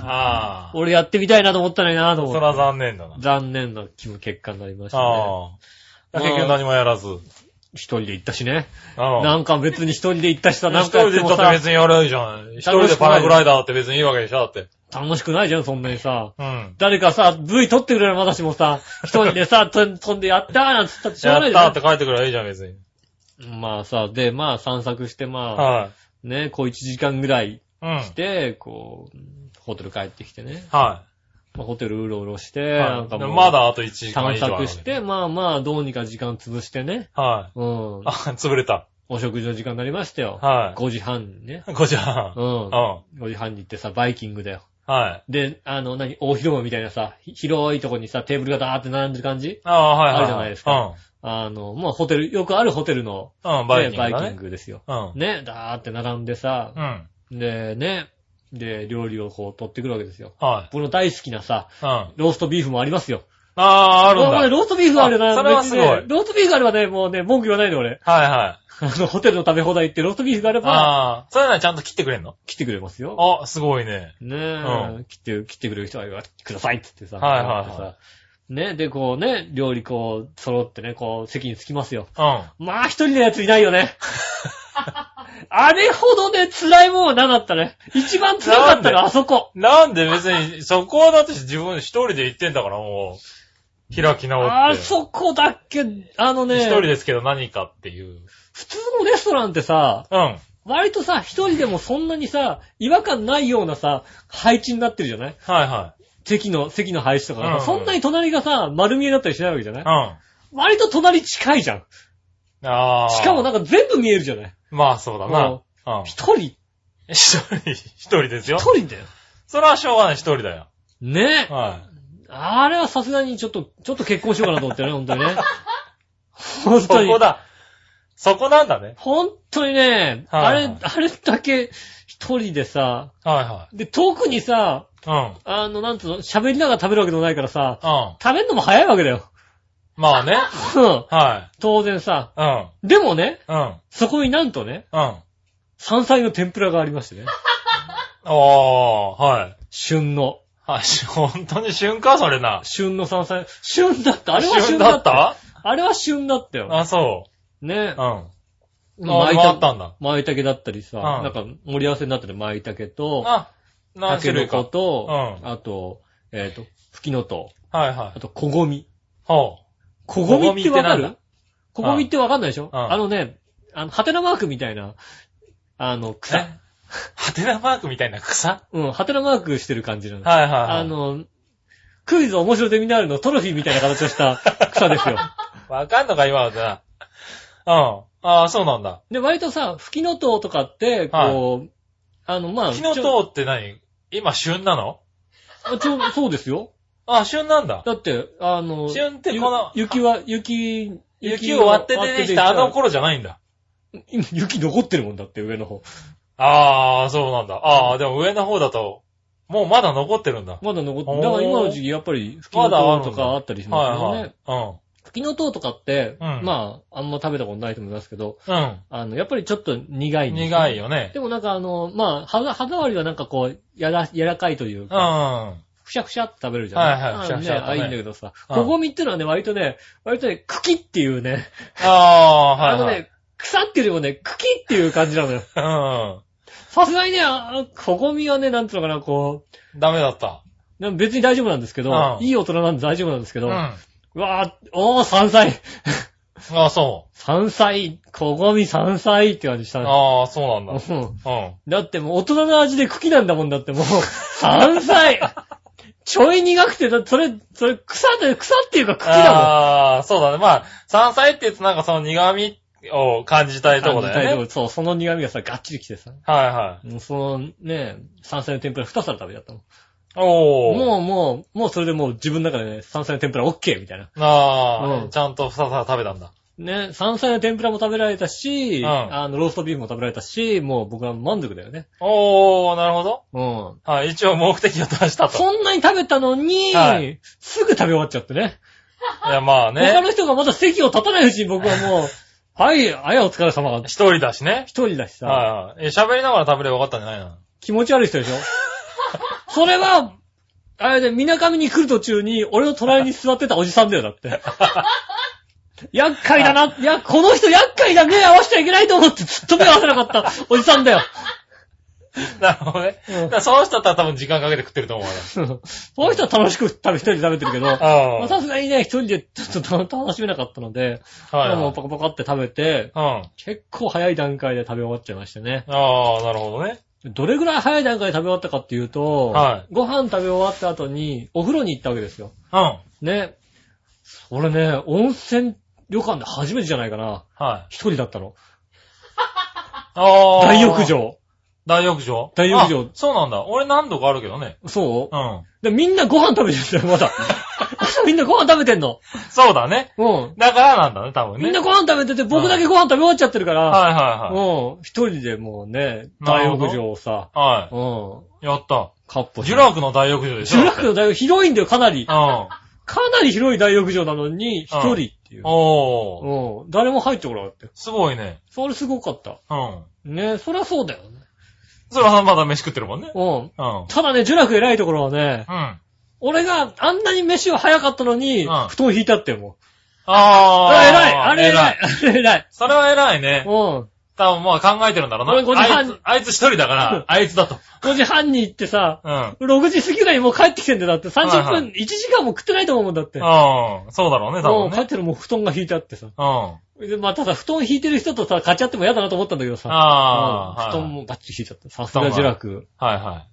あ。
俺やってみたいなと思ったのになと
そ
思っ
れ
て。
は残念だな。
残念な気分結果になりましたね。
ああ。結局何もやらず。うん。
一人で行ったしね。
な
なんか別に一人で行ったしさ、な
一
んかや
人
って
で行
も
ったっ
さ
て、別にやるじゃん。一人でパラグライダーって別にいいわけでしょだって。
楽しくないじゃん、そんなにさ。
うん。
誰かさ、V 撮ってくれるまだしもさ、一人で さ、と飛んでやったーなんつったってしょうがな
や
い
っ
じゃ
た
ん
って。書いてくればいいじゃん、別に。
まあさ、で、まあ散策して、まあ、
は
ね、こう1時間ぐらい
い。うん。
して、こう、ホテル帰ってきてね。
は
まあ、ホテルうろうろして、
い。
なんか
で
も
も
う、
まだあと1時間
散
以上あるわけ
策して、まあまあ、どうにか時間潰してね。
はい。
うん
あ。、 潰れた。
お食事の時間になりましたよ。
はい。
5時半にね。
5時半。
う
うん。
ん。
は
5時半に行ってさ、バイキングだよ。
い。
で、あの、何、大広間みたいなさ、ひ広いとこにさ、テーブルがダーって並んでる感じ
ああ、はいはい。
あるじゃないですか。あの、もうホテル、よくあるホテルの、
うん。うん、
ね
バイキングだね。
バイキングですよ。
うん。
ね、ダーって並んでさ
う、ん。
で、ね、で、料理をこう取ってくるわけですよ。
はい。
僕の大好きなさ、
うん。あ
ローストビーフもありますよ。
あー、あるんだ。
もうね
はい
ローストビーフあれば
あそれは
別にね
すごい
ローストビーフあればね、もうね、文句言わないで俺。
はい。
あの、ホテルの食べ放題行ってローストビーフがあれば、
ああ、そういうのはちゃんと切ってくれんの
来てくれますよ。
あ、すごいね。
ねえ、
う
来て、来てくれる人は、くださいって言ってさ。
はいはいはい
こうやってさね、で、こうね、料理こう、揃ってね、こう、席に着きますよ。
うん。あ
まあ、一人のやついないよ ね。あれほどね、辛いもんはなかったね。一番辛かったのはあそこ。
なんで別に、そこはだって自分一人で行ってんだからもう、開き直って。
あそこだっけ、あのね、
一人ですけど何かっていう。
普通のレストランってさ、
うん。
割とさ、一人でもそんなにさ、違和感ないようなさ、配置になってるじゃない
はいは
席の、席の配置とか、
うん
そんなに隣がさ、丸見えだったりしないわけじゃない
い。う
割と隣近いじゃん。
ん。ああ。
しかもなんか全部見えるじゃない
まあそうだな。うん。
一人、
一人、一人ですよ
一。人だよ。
それはしょうがない、一人だよ。
ねえ。
は
あれはさすがにちょっと、ちょっと結婚しようかなと思ってね、本当にね。
い。
本
そ
当に
こ。だ。そこなんだね。
本当にね、あ
はい
れ、あれだけ一人でさ、
は
で、特にさ、
いはい。
あの、なんつうの、喋りながら食べるわけでもないからさ、
うん。うん。
食べるのも早いわけだよ。
まあね。
うん
は
当然さ。
い。うん。
でもね、
うん。
そこになんとね、
うん。
山菜の天ぷらがありましてね。
おー、はい。
旬の。
はい、 し本当に旬か、それな。
旬の山菜。旬だった。あれは旬
旬
だ
だ
っ。
ったた
あれは旬だったよ。
あ、そ
ね
う。うん。。あ、
舞
あった
茸
んだ。
舞茸だったりさ、
うん
なんか盛り合わせになってる舞茸と、
あ、
タ
何
ケ
種
ノ
類か。
コ
はい
と、
う
あと、えっと、フキノトウ、
は
あ
い。
と、コゴミ。
ほ
コゴミってわか
コゴミってなん
る
だ
コゴミってわかんないでしょ
うん
あのね、あの、ハテナマークみたいな、あの、
う。
草
え。ハテナマークみたいな草
うん、ハテナマークしてる感じなの。
はいはいはい。
あ、の、クイズ面白ゼミナールのトロフィーみたいな形をした 草ですよ。
わかんのか、今のな。うん。ああ、そうなんだ。
で、割とさ、フキノトウとかって、こう、あの、まあ、
キノ
ちょ
トウって何今旬なの
あちょそうですよ。
あ、旬なんだ。
だって、あの、
旬ってこの
ゆ雪は、雪、
雪を割って出てきたあの
子
頃じゃないんだ。
今雪残ってるもんだって、上の方。
ああ、そうなんだ。ああ、でも上の方だと、もうまだ残ってるんだ。
まだ残って
お
る。
ー
だから今の時期、やっぱり、吹き
ま
の
だあるん
塔
だ
とかあったりしますよね。
はいは
吹きの塔とかって、
うん
まあ、あんま食べたことないと思いますけど、
い。うん。
あの、やっぱりちょっと苦
う
い
ん。
んです
苦い
よ。
よね。
でもなんかあの、まあ、歯歯触りはなんかこう、やら、柔らかいという
うん。
か、
あ
ふしゃふしゃって食べるじゃない
はいはいふしゃふしゃ
あ
と
の
ね
ねあ、いいんだけどさ、
うん
こごみってのはね、割とね、割とね、茎っていうね、
あー、は
あ
い、
の
はい。
ね、腐ってるよりもね、茎っていう感じなの よ。さすがにね、あこごみはね、なんていうのかな、こ
うん。ダメだった。
う、な別に大丈夫なんですけど、
うん
いい大人なんで大丈夫なんですけ
う
ど、
ん。
う
あ
わー、おー、山菜
あそ
山菜こごみ山菜って感じした
う。
ね
ああ、そうなんだ。
うん
うん。
だってもう大人の味で茎なんだもんだって もう、山菜ちょい苦くて、だってそれ、それ草で、草っていうか茎だ
ああ、そうだね。まあ、山菜って言うとなんかその苦味を感じた
も
い
ん。
とこだよ
感
ね。
じたいとこそう、その苦味がさ、がっちりきてさ。
はいはい。
もうそのね、山菜の天ぷら2皿食べちゃったもん。
おー。
もうもう、もうそれでもう自分の中でね、山菜の天ぷら OK みたいな。
ああ、
うん
ちゃんとふさふさ食べたんだ。
ね、山菜の天ぷらも食べられたし、
うん
あの、ローストビーフも食べられたし、もう僕は満足だよね。
おー、なるほど。
うん。
はい、一応目的を達したと。
そんなに食べたのに、
はい
すぐ食べ終わっちゃってね。
いや、まあ
他
ね。
の人がまだ席を立たないうちに僕は もう、はい、あやお疲れ様が
一人だしね。
一人だしさ、
はいはい。え喋りながら食べればよかったんじゃないの
気持ち悪い人 でしょそれは、あれで、みなかみに来る途中に、俺の隣に座ってたおじさんだよ、だ って。厄介だな、いや、この人厄介だ、目合わせちゃいけないと思ってずっと目合わせなかったおじさ んだよ。
なるほどね。
うん
だからその人だったら多分時間かけて食ってると思うか
その人は楽しく食べ、一人で食べてるけど、ま
ら。う
あ
ん。は
さすがにね、一人でちょっと楽しめなかったので、
い
も
は
うパカパカって食べて、
い。うん。
結構早い段階で食べ終わっちゃいましたね。
ああ、なるほどね。
どれぐらい早い段階で食べ終わったかっていうと、
は
ご飯食べ終わった後にお風呂に行ったわけですよ。
うん。はい。
ね。俺ね、温泉旅館で初めてじゃないかな。
あ
一人だったの。
あ。
大浴。場。
大浴場
大浴場
あそうなんだ。俺何度かあるけどね。。
そううんで、みんなご飯食べてるんだよ、ま だ。朝みんなご飯食べてんの。
そうだね。
うん。
だからなんだね、多分ね。
みんなご飯食べてて、僕だけご飯食べ終わっちゃってるから、
はいはいはい。
うん。一人でもうね、
な
大
るほど
浴場をさ、
は
うん。
い。やった。
カッポ
ジュラクの大浴場でしょ
ジュラクの大浴場、広いんだよ、かなり。
うん。
かなり広い大浴場なのに、一人っていう。
おー。
うん。誰も入ってこなかったよ。
すごいね。
それすごかった。
うん。
ねそりゃそうだよね。
それはまだ飯食ってるもんね。
うん。
うん。
ただね、ジュラク偉いところはね、
うん。
俺があんなに飯は早かったのに、
うん
布団引いたってもう。
あ
あ
ー。
れ偉いあれ偉い。あれ偉い
それは偉いね。
うん。
多分まあ考えてるんだろうな。
俺5時半
あいつ、あいつ一人だから、あいつだと。
5時半に行ってさ、
うん。うん。
6時過ぎぐらいにもう帰ってきてんだよ、だって。30
はいは
分、1時間も食ってないと思うんだって。
そうだろうね、
も
多
う
分
帰っ
ね。
てるもう布団が引いてあってさ。
うん。あ
で、まあ、ただ布団引いてる人とさ、勝ち合っても嫌だなと思ったんだけどさ。うん
あー。
布
はい
団もバッチリ引いちゃった。さすがジュラク。
はいは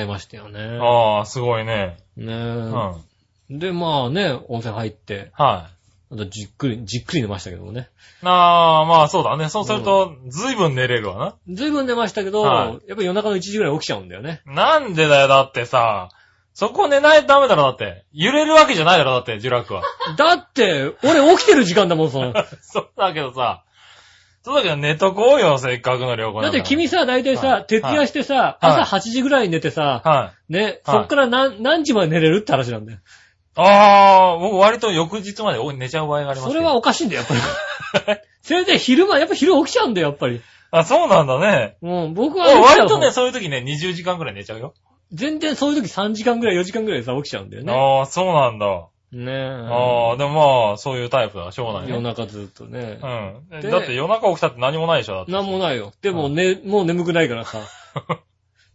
違いましたよね
い。。ああ、すごいね。
ね
うん。
え。
は
で、まあね、温泉入って、
い。
あとじっくり、じっくり寝ましたけどもね。
なあ、まあそうだね。そうすると、ずいぶん寝れるわ
ずいぶん寝ましたけど、
はい
やっぱり夜中の1時ぐらい起きちゃうんだよね。
な。なんでだよ、だってさ。そこ寝ないとダメだろ、だって。揺れるわけじゃないだろ、だって、ジュラクは。
だって、俺起きてる時間だもん、その。だ
そうだけどさ。そうだけど寝とこうよ、せっかくの旅行なんだから
って、君さ、大体
は
さ
い、
徹夜してさ、
はい
朝8時ぐらいに寝てさ、
はい。
ね、そっから何何時まで寝れるって話なんだよ。
ああ、僕割と翌日までお寝ちゃう場合がありま
そ
すけ
れ
ど
はおかしいんだよ、やっぱり。 それで昼間、やっぱ昼起きちゃうんだよ、やっぱり。
あ、そうなんだね。
うん、僕は起きちゃ
割
う
と
方
ね、そういう時ね、20時間くらい寝ちゃうよ。
全然そういう時3時間ぐらい、4時間ぐらいでさ、起きちゃうんだよね。
ああ、そうなんだ。
ねえ。
ああ、でもまあ、そういうタイプだ。しょうがない
夜
ね。
中ずっとね。
うん。
で
だって夜中起きたって何もないでしょ、だって。
なんもないよ。でも
うん
ね、もう眠くないから さ。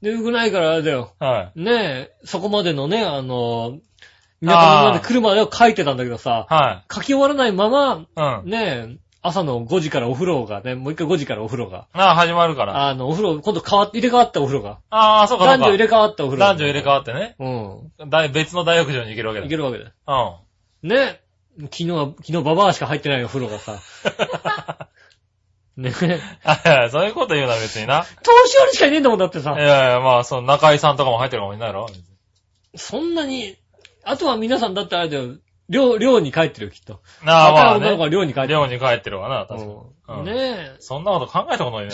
眠くないからあれだよ。
はい。
ねえ、そこまでのね、あの、港まで来るまでは書いてたんだけどさ、
は
書き終わらないまま、
い。うん。あ
ねえ、朝の5時からお風呂がね、もう一回5時からお風呂が。
あ、始まるから。
あの、お風呂、今度変わって、入れ替わったお風呂が。
ああ、そうか、そう
男
か。
女入れ替わったお風呂。
男女入れ替わってね。
う
だ別の大浴場に行けるわけ
ん。
だ。
いうけるわけだよ。
ん。
ねえ、昨日は、昨日ババアしか入ってないお風呂が さ。ねえ、
あ そういうこと言うな、別にな。
年寄りしかいねえんだもんだってさ
い。やいや、まあ、その中井さんとかも入ってるかもしれないだろ。
そんなに、あとは皆さんだってあれだよ、寮、寮に帰ってるよ、きっと。
なあ、ま
若
あ
い女の子は
ね。
寮に帰ってる。
寮に帰ってるわな、確かに。
うん
うん
ねえ。
そんなこと考えたことないな。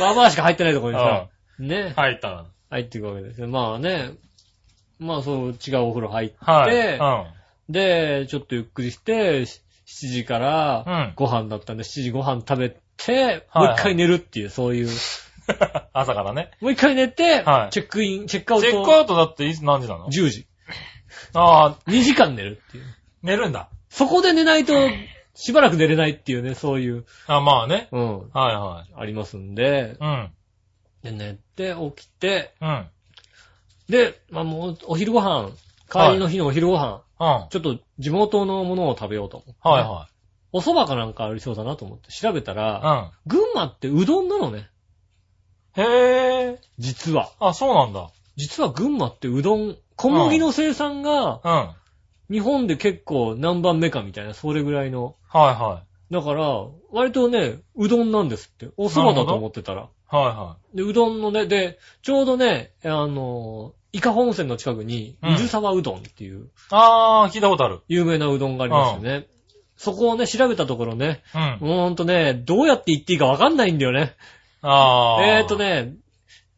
まあまあしか入ってないところにさ、
う
ね
ん。入ったな。
え、入っていくわけですよ。まあね、まあそう、違うお風呂入って、
はい。
で、ちょっとゆっくりして、し7時から
うん
ご飯だったんで、7時ご飯食べて、
はいはい
もう一回寝るっていう、そういう。
うん。 朝からね。
もう一回寝て、
はい
チェックイン、チェックアウ
チェック
ト
アウトだっていつ何時なの
10時。
ああ、
2時間寝るっていう。
寝るんだ。
そこで寝ないと、しばらく寝れないっていうね、そういう、
あまあね。
うん、
はいは
ありますんで、
い。うん。
で、寝て、起きて、
うん。うん。
で、まあもう、お昼ご飯、帰りの日のお昼ご飯、
は
ちょっと地元のものを食べようと思って
いは
お蕎麦かなんかありそうだなと思って調べたら、
い。
群馬ってうどんなのね。
うん。へえ。
実は。
あ、そうなんだ。
実は群馬ってうどん、小麦の生産が
うん。はい
日本で結構何番目かみたいな、それぐらいの。
は
だから、割とね、うどんなんですって。お蕎麦だと思ってたら。
い。はいは
で、うどんのね、で、ちょうどね、あの、伊香本線の近くに、
うん
水沢うどんっていう
い。ああ、聞いたことある。
有名なうどんがありますよね。そこをね、調べたところね、
うん。
ほんとね、どうやって行っていいかわかんないんだよね。
ああ。
えーと。ね、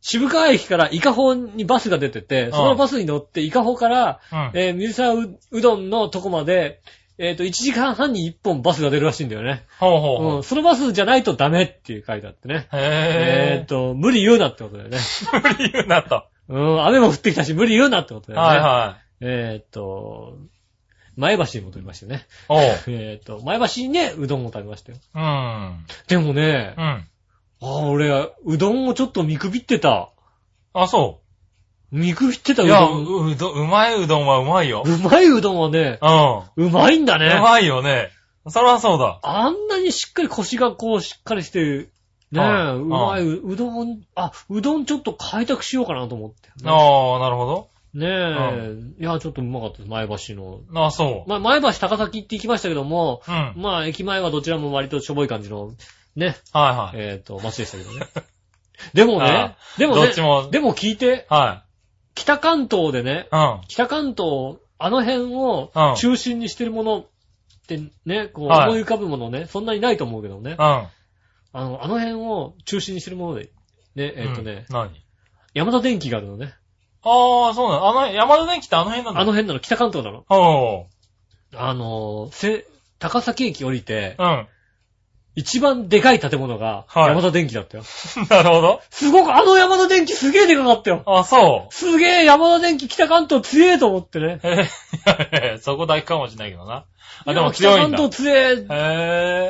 渋川駅から伊香保にバスが出てて、そのバスに乗って伊香保から、
うん。
えー、水沢ううどんのとこまで、えーと、1時間半に1本バスが出るらしいんだよね。
ほうほう
う
ほ
ん、そのバスじゃないとダメっていう書いてあってね。
う。
えー
へえ。
と、無理言うなってことだよね。
無理言うなと。
うん、雨も降ってきたし無理言うなってことだよね。
はいは
えーっと、前橋に戻りましたね。
い。おう。
えーっと、前橋にね、うどんを食べましたよ。
うん。
でもね
う、ん。
ああ、俺、うどんをちょっと見くびってた。
あ、そ
見くびってた
う。
う
いや、
どん。
う、うどん、うまいうどんはうまいよ。
うまいうどんはね、
うん。
うまいんだ
う
ね。
まいよね。そりゃそうだ。
あんなにしっかり腰がこうしっかりしてる。ねえ、
はいう
まい、うどん、あ、うどんちょっと開拓しようかなと思って。
ああ、なるほ
ねえ、いや、ちょっとうまかったです、前橋の。
ど。ああ、そう。
まあ、前橋高崎って行きましたけども、
うん。はい
まあ、駅前はどちらも割としょぼい感じの、ね、
はい。
えっ、と、街でしたけどね。 でもね
あ、
でも
ど
ね
っち、も。
でも聞いて、
は
北関東でね
い。、うん。
北関東、あの辺を
うん
中心にしてるものってね、こう
はい
思い浮かぶものね、そんなにないと思うけどね、
うん。
あの、あの辺を中心にしてるもので、ね、えっとね
う、ん。何
山田電機があるのね、
ああ、そうなの。あの、山田電機ってあの辺なんだ。
あの、辺なの、北関東なの。
おう。
あのー、せ、高崎駅降りて、
うん。
一番でかい建物が
はい
山田電機だったよ。
なるほど。
すごく、あの山田電機すげえでかかったよ。
あ、そ
すげえ山田電機北関東強えと思ってね。
う。へへへそこだけかもしれないけどな。あ、でも
北
強い
関
んだ。
東強え、
へ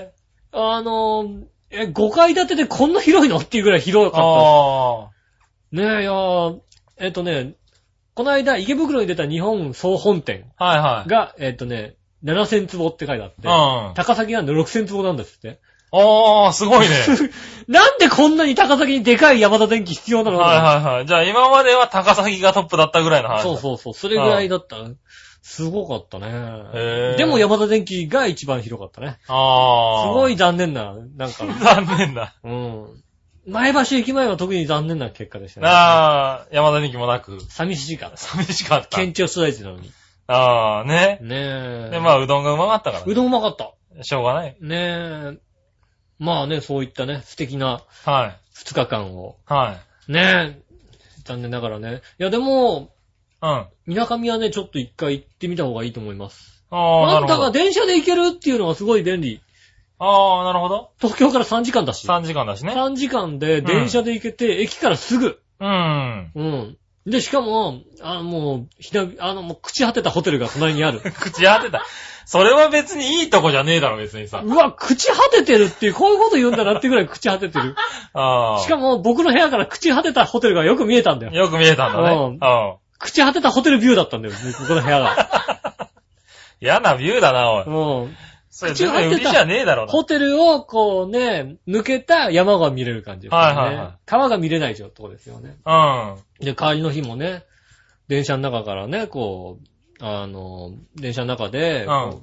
え。
あのー、え、5階建てでこんな広いのっていうぐらい広かった。
あ
ねえ、いやーえっ、とね、この間、池袋に出た日本総本店
あ。はいはい。
が、えっ、とね、7000坪って書いてあって、
うん。
高崎なんで6000坪なんですって。
ああ、すごい ね。
なんでこんなに高崎にでかい山田電機必要な
はい
の
はいはい。じゃあ今までは高崎がトップだったぐらいの話。
そう
う。
そうそう、それぐらいだった。すごかった
へ
ね。
え
でも山田電機が一番広かったね。す
ああ。
ごい。残念な、なんか、
残念 だ。
うん。前橋駅前は特に残念な結果でしたね。
なあ、山田電機もなく、
寂しいから。
寂しかった。
県庁所在地なのに。
ああ、ね。
ねえ。
で、まあ、うどんがうまかったから
うどんうまかった。
ね。しょうがない。
ねえ。まあね、そういったね、素敵な
はい。
2日間を。
はい。
ねえ。残念ながらね。いや、でも、
うん。あ
みなかみはね、ちょっと一回行ってみた方がいいと思います。
あ、な
なん
る
だ
ほ
か
ど。
電車で行けるっていうのはすごい便利。
ああ、なるほど。
東京から3時間だし。
3時間だしね。
3時間で電車で行けて、駅からすぐ。
うん。
うん。で、しかも、あもう、ひな、あの、もう、朽ち果てたホテルが隣 にある。
口当てた。それは別にいいとこじゃねえだろ、別にさ。
うわ、朽ち果ててるっていう、こういうこと言うんだなってぐらい朽ち果ててる。
ああ。
しかも、僕の部屋から朽ち果てたホテルがよく見えたんだよ。
よく見えたんだね。
うん
うん。
朽ち果てたホテルビューだったんだよ、僕の部屋 が。
嫌なビューだな、おい。
うん。
それ全然売りじゃねえだろうな。
ホテルを、こうね、抜けた山が見れる感じですよね。
はいはいはい
川が見れない状況ですよね。
うん。
で、帰りの日もね、電車の中からね、こう、あの、電車の中で、
うん
こう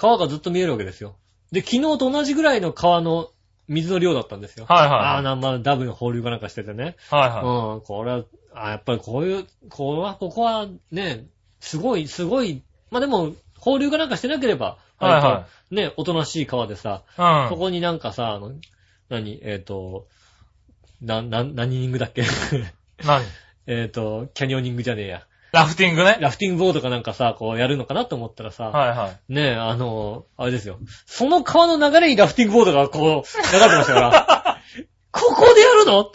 川がずっと見えるわけですよ。で、昨日と同じぐらいの川の水の量だったんですよ。
はい
ああ
は
ー、
い。
なんまダブの放流かなんかしててね。
はいは
うん、これは、あやっぱりこういう、これは、ここはね、すごい、すごい、まあでも、放流かなんかしてなければ、
はいはい
割とね、おとなしい川でさ、
うん。
そこになんかさ、あの、何、えっ、と、な、な、何ニングだっけ
何
えっと、キャニオニングじゃねえや。
ラフティングね。
ラフティングボードかなんかさ、こうやるのかなと思ったらさ、
はいはい。
ねえ、あの、あれですよ。その川の流れにラフティングボードがこう、流れてましたから。 ここでやるのこ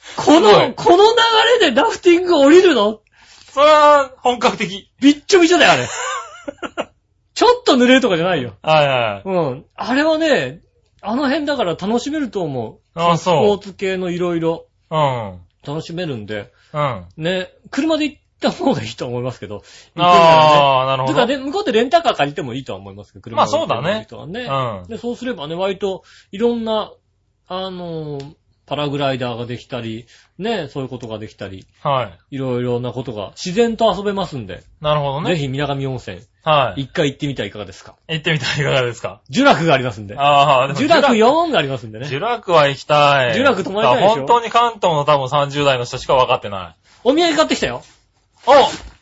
すご
の、
い
この流れでラフティング降りるの
それは本格的。
びっちょびちょだよ、あ れ。ちょっと濡れるとかじゃないよ。
はいはい。
うん。あれはね、あの辺だから楽しめると思う。
ああ、
スポー
そ
ツ系のいろいろ
う。うん。
楽しめるんで、
うん。
ね、車で行った方がいいと思いますけど。行くならね
ああ、なる
て
ほ
か
ど。
ね、向こうでレンタカー借りてもいいとは思いますけど、車
まあそうだね
とはね。
うん。
で、そうすればね、割といろんな、あのー、パラグライダーができたり、ね、そういうことができたり、
はい。
いろいろなことが自然と遊べますんで、
なるほど
ぜ
ね。
ひ水上温泉、
はい。
一回行ってみてはいかがですか。
行ってみたらいかがですか
呪楽がありますんで。
ああ、でも
呪楽4がありますん でね。
呪楽は行きたい。
呪楽泊まりたいでしょ
本当に関東の多分30代の人しか分かってない。
お土産買ってきたよ。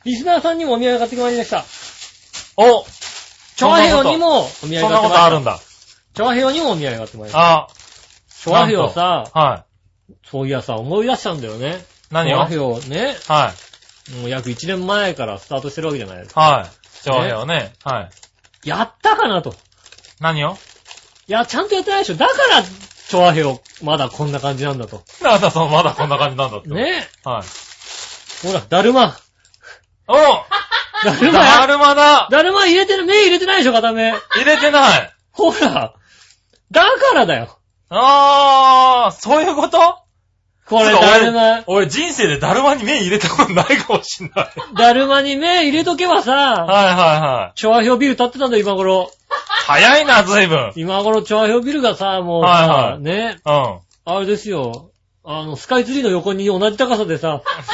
リスナーさんにもお土産買ってきまいりました。
おお
チョアヘヨにもお土産買ってきました。
そんなことあるんだ。
チョアヘヨにもお土産買ってきまいりました。
あ
チョアヘヨさ、
あ、はい。
そういやさ、思い出したんだよね。
何
チョ
を
ア
はい
ヘ。ヨね、もう約1年前からスタートしてるわけじゃないですか。
はい。長編をね。はい。
やったかなと。
何を
いや、ちゃんとやってないでしょ。だから、チョアヘヨ、まだこんな感じなんだと。
なんだ、その、まだこんな感じなんだって。。
ね
はい。
ほら、だるま。
お
だるま
だ
や、
るまだ
だるま入れてる、目入れてないでしょ、片目。
入れてない
ほら。だからだよ。
あー、そういうこと
これ、
ちょっと
だるま、
俺人生でだるまに目入れたことないかも しんない。
だるまに目入れとけばさ、
はいはいはい。
チョアヘヨビル立ってたんだよ、今頃。
早いな、随分。
今頃、チョアヘヨビルがさ、もうさ、
はいはい
ね、
うん。
あれですよ。あの、スカイツリーの横に同じ高さでさ、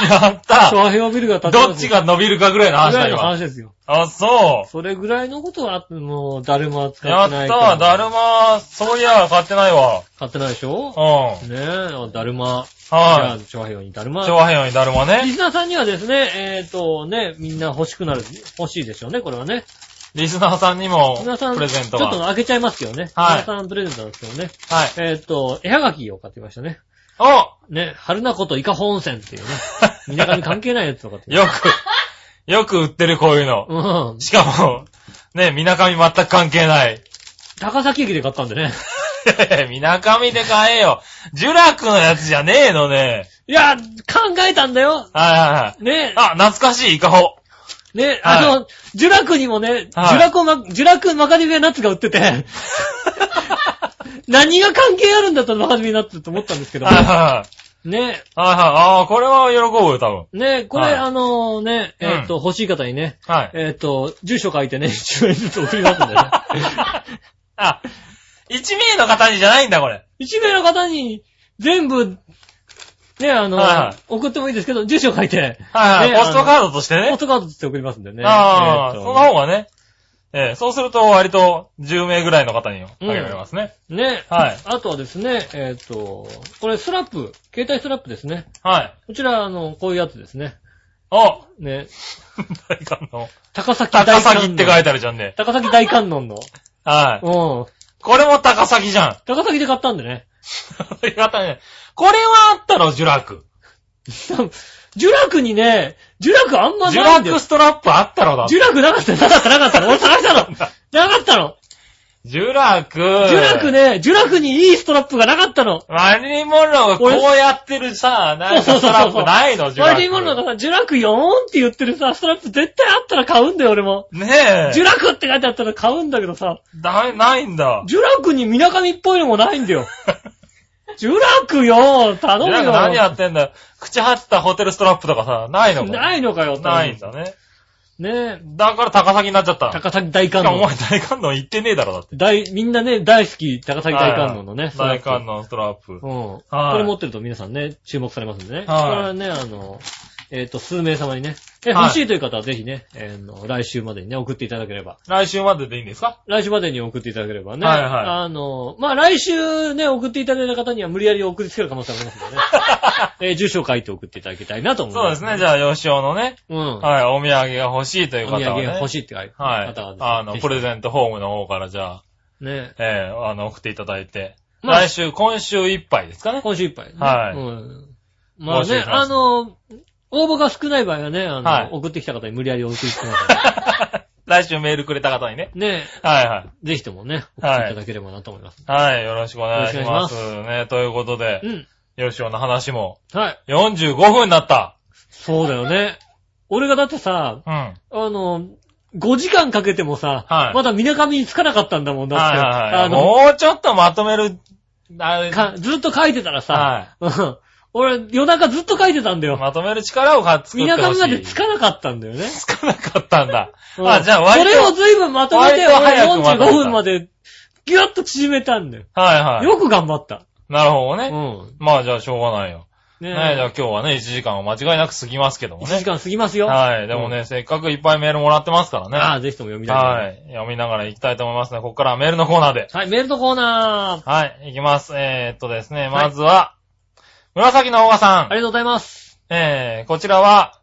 やっ
チ
た
ョアヘヨビルが立って
どっちが伸びるかぐらいの
話
話
だ
だ
よ。
よ。
話ですよ。
あ、そ
それぐらいのことはあって、もう、だるま使
う。や
っ
って
ないから。
ただるま、そういや、買ってないわ。
買ってないでしょ
うん。
ねえ、だるま。
はい。
い。調和表にだるま。
昭和平和にだるま
リ
ね。
スナーさんにはですね、えっ、とね、みんな欲しくなる、欲しいでしょうね、これはね。
リスナーさんにも、
リ
プ
スナーさん、
レゼント
ちょっと
が。
開けちゃいますけどね。
はい
リスナーさんプレゼントなんですけどね。
はい。
えっ、と、絵はがきを買ってきましたね。
お
ね、春名湖と伊香保温泉っていうね、 水上関係ないやつとかって。
よく、よく売 ってるこういうの。
うん。
しかも、ね、みなかみ全く関係ない。
高崎駅で買ったんでね。
みなかみで買えよ。ジュラクのやつじゃねえのね。
いや、考えたんだよ
はいはいはい。
ね、
あ、懐かしい、イカホ。
ね、
はい
あの、ジュラクにもね、
はい
ジュラクマ、ジュラクマカデミアナッツが売って て、何が関係あるんだったらマカデミアナッツと思ったんですけど、
はいはいはい。
ね、
はいはい。ああ、これは喜ぶよ、多分。
ね、これ、
はい
あのね、
うん
えっ、と、欲しい方にね、
はい。
えっ、と、住所書いてね、1名ずつ送りますんで ね。
あ、一名の方にじゃないんだ、これ。
1名の方に、全部、ね、あの、
はいはい
送ってもいいですけど、住所書いて、
はい
ね
はい。ポストカードとして
ポス
ね。
トカードって送りますんでね。
ああ、
えっと
その方がね。ええ、そうすると割と10名ぐらいの方にあげられますね。
ね、
はい
あとはですね、えっ、と、これスラップ、携帯スラップですね。
はい。
こちら、あの、こういうやつですね。
お
ね。
大観音。
高崎大観
高
音。
崎って書いてあるじゃんね。
高崎大観音の。うん。
はい。これも高崎じゃん。
高崎で買ったんでね。
よかったねこれはあったろ、ジュラク。
多分呪楽にね、呪楽あんま
ジュ
ない
ラ
んだよ
ク。ストラップあったろ、だって。
呪楽なかったよなかったなかったの。俺探 したの。なかったの。
ジュラク。ジ
呪楽ね、呪楽にいいストラップがなかったの。
マリリン・モンローがこうやってるさ、なんかストラップないの、ジュラ
マ
ク。
リリン・モンローがさ、呪楽4って言ってるさ、ストラップ絶対あったら買うんだよ、俺も。
ね
呪
え。
楽って書いてあったら買うんだけどさ、
だ、ないんだ。
呪楽に水上っぽいのもないんだよ。 呪楽よ頼
ジ
む
ュ
よ
ラク何やってんだよ。口張ったホテルストラップとかさ、ないのか。
ないのかよ、
ないんだね。
ねえ。
だから高崎になっちゃった。し
高崎大観
かもお
音
前。大観音行ってねえだろ、だって。
大、みんなね、大好き、高崎大観音のね。
大観
音。
音ストラップ
う。ん。
はい
これ持ってると皆さんね、注目されますんでね。
はい
これはね、あの、えっ、と、数名様にね。え、
はい
欲しいという方はぜひね、えーの、来週までにね、送っていただければ。
来週まででいいんですか
来週までに送っていただければね。
はいはい
あの、まあ、来週ね、送っていただいた方には無理やり送りつける可能性もありますので ね。えー住所を書いて送っていただきたいなと思い
そう
ま。
ですすね。じゃあ、吉尾のね、
うん。
はい、お土産が欲しいという
お
方は、
土
ね。
産が欲
い。
しいって書いてあ
はい
る方は、。
あの、プレ
ゼ
ゼントホームの方から、じゃあ、
ね。
ええあの、送っていただいて。
まあ
来週、今週いっぱいですかね。
今週いっぱい、ね。
はい
うん。まあ
募集
ね、
します
あの、応募が少ない場合はね、あの、
はい
送ってきた方に無理やり送ってきてますから。
来週メールくれた方に ね。
ね、
はいはい。
ぜひともね、送っていただければなと思います。
はい、よろしくお願いします。
よろ
ね、ということで、
うん。
吉尾の話も、
はい。
45分になった。
そうだよね。俺がだってさ、
うん。はい
あの、5時間かけてもさ、
はい
まだ水上に着かなかったんだもんだって。
はいは
あ
い。
の
もうちょっとまとめる、あれ
かずっと書いてたらさ、う
は
ん俺夜中ずっと書いてたんだ
い。
よ。
まとめる力をか作って
水
ほ
上
しい。
まで着かなかったんだよね。
つかなかったんだ。
うん
あ、じゃあ
そ
割と。
れを随分まとめて、
割と早く
俺
まとめた
45分まで、ギュッと縮めたんだよ。
はいはい。
よく頑張った。
なるほど
う
ね。
ん。
まあじゃあしょうがないよ。
ね
ね
え
え、じゃあ今日はね、1時間を間違いなく過ぎますけども
1
ね
時。間過ぎますよ。
はい。でもね、せっかくいっぱいメールもらってますからね。
ああ、ぜひとも読みたいと思い
はい。読みながら行きたいと思いますね。ここからはメールのコーナーで
ま。す。はい、メールのコーナー。
はい。行きます。えー、っとですね、まずは、紫のオガさん。
ありがとうございます。
えー、こちらは、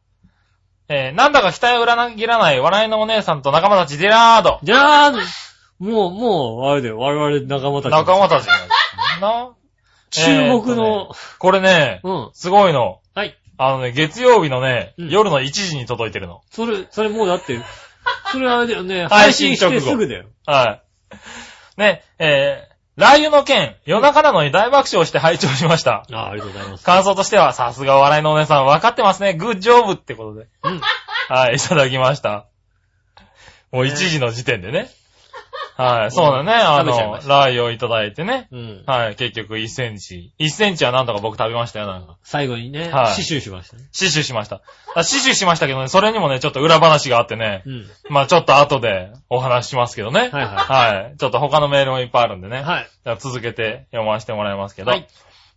えー、なんだか期待を裏切らない笑いのお姉さんと仲間たちディラード。
じゃあ、もう、もう、あれだよ、我々仲間たち。
仲間たちなんな。
注目
えーっと
の、
ねこれね、
うん。
すごいの。
はい。
あのね、月曜日のね、
うん
夜の1時に届いてるの。
それ、それもうだって、それあれだよね、配
配信
信
直
し
後
てすぐだよ。
はい。ね、えー、雷雨の件、夜中なのに大爆笑して拝聴しました。
ああ、ありがとうございます。
感想としては、さすが笑いのお姉さん、わかってますね。グッジョブってことで。
うん。
はい、いただきました。もう1時の時点でね。 はい、そうだね。あ
食べちゃい
の、
まし
ラー油をいただいてね。
うん。
はい、結局1センチ。1センチはなんとか僕食べましたよ、なんか。
最後にね、
はい
刺繍しましたね。
死守しました。あ死守しましたけどね、それにもね、ちょっと裏話があってね。
うん。
まあちょっと後でお話ししますけどね。
はいは
はい。ちょっと他のメールもいっぱいあるんでね。
い。はい。
じゃあ続けて読ませてもらいますけど。
はい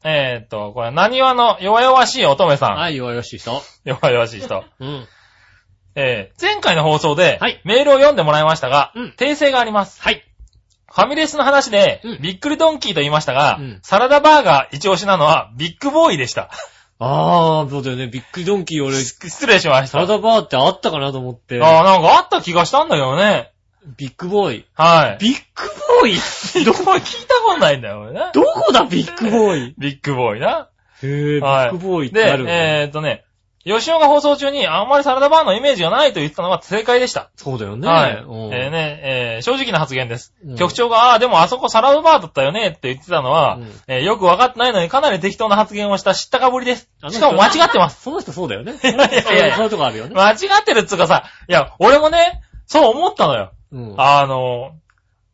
えーっと、これ、何話の弱々しい乙女さん。
はい、弱々しい人。
弱々しい人。
うん。
えー、前回の放送で、
はい
メールを読んでもらいましたが、
うん
訂正があります。
はい。
ファミレスの話で、
うん
びっくりドンキーと言いましたが、
うん
サラダバーガー一押しなのはビッグボーイでした。
ああ、そうだよね。びっくりドンキー俺、
失礼しまし
サ
た。
ラダバーってあったかなと思って。
ああ、なんかあった気がしたんだけどね。
ビッグボーイ。
はい。
ビッグボーイ
ビッグボーイ 聞いたことないんだよ、俺ね。
どこだ、ビッグボーイ。
ビッグボーイな。
へえ、ビ
はい
ッグボーイって
で、
ある、ね
えーっとね、吉尾が放送中にあんまりサラダバーのイメージがないと言ってたのが正解でした。
そうだよね。
はい。え
うん
ーね、えー正直な発言です。
うん
局長が、ああ、でもあそこサラダバーだったよねって言ってたのは、
うん
えーよくわかってないのにかなり適当な発言をした知ったかぶりです
あ。の
し
人
かも間違ってます。
その人 そうだよね。
いやいやいや
そういうとこあるよね。
間違ってるっつうかさ、いや、俺もね、そう思ったのよ。
うん。
あの、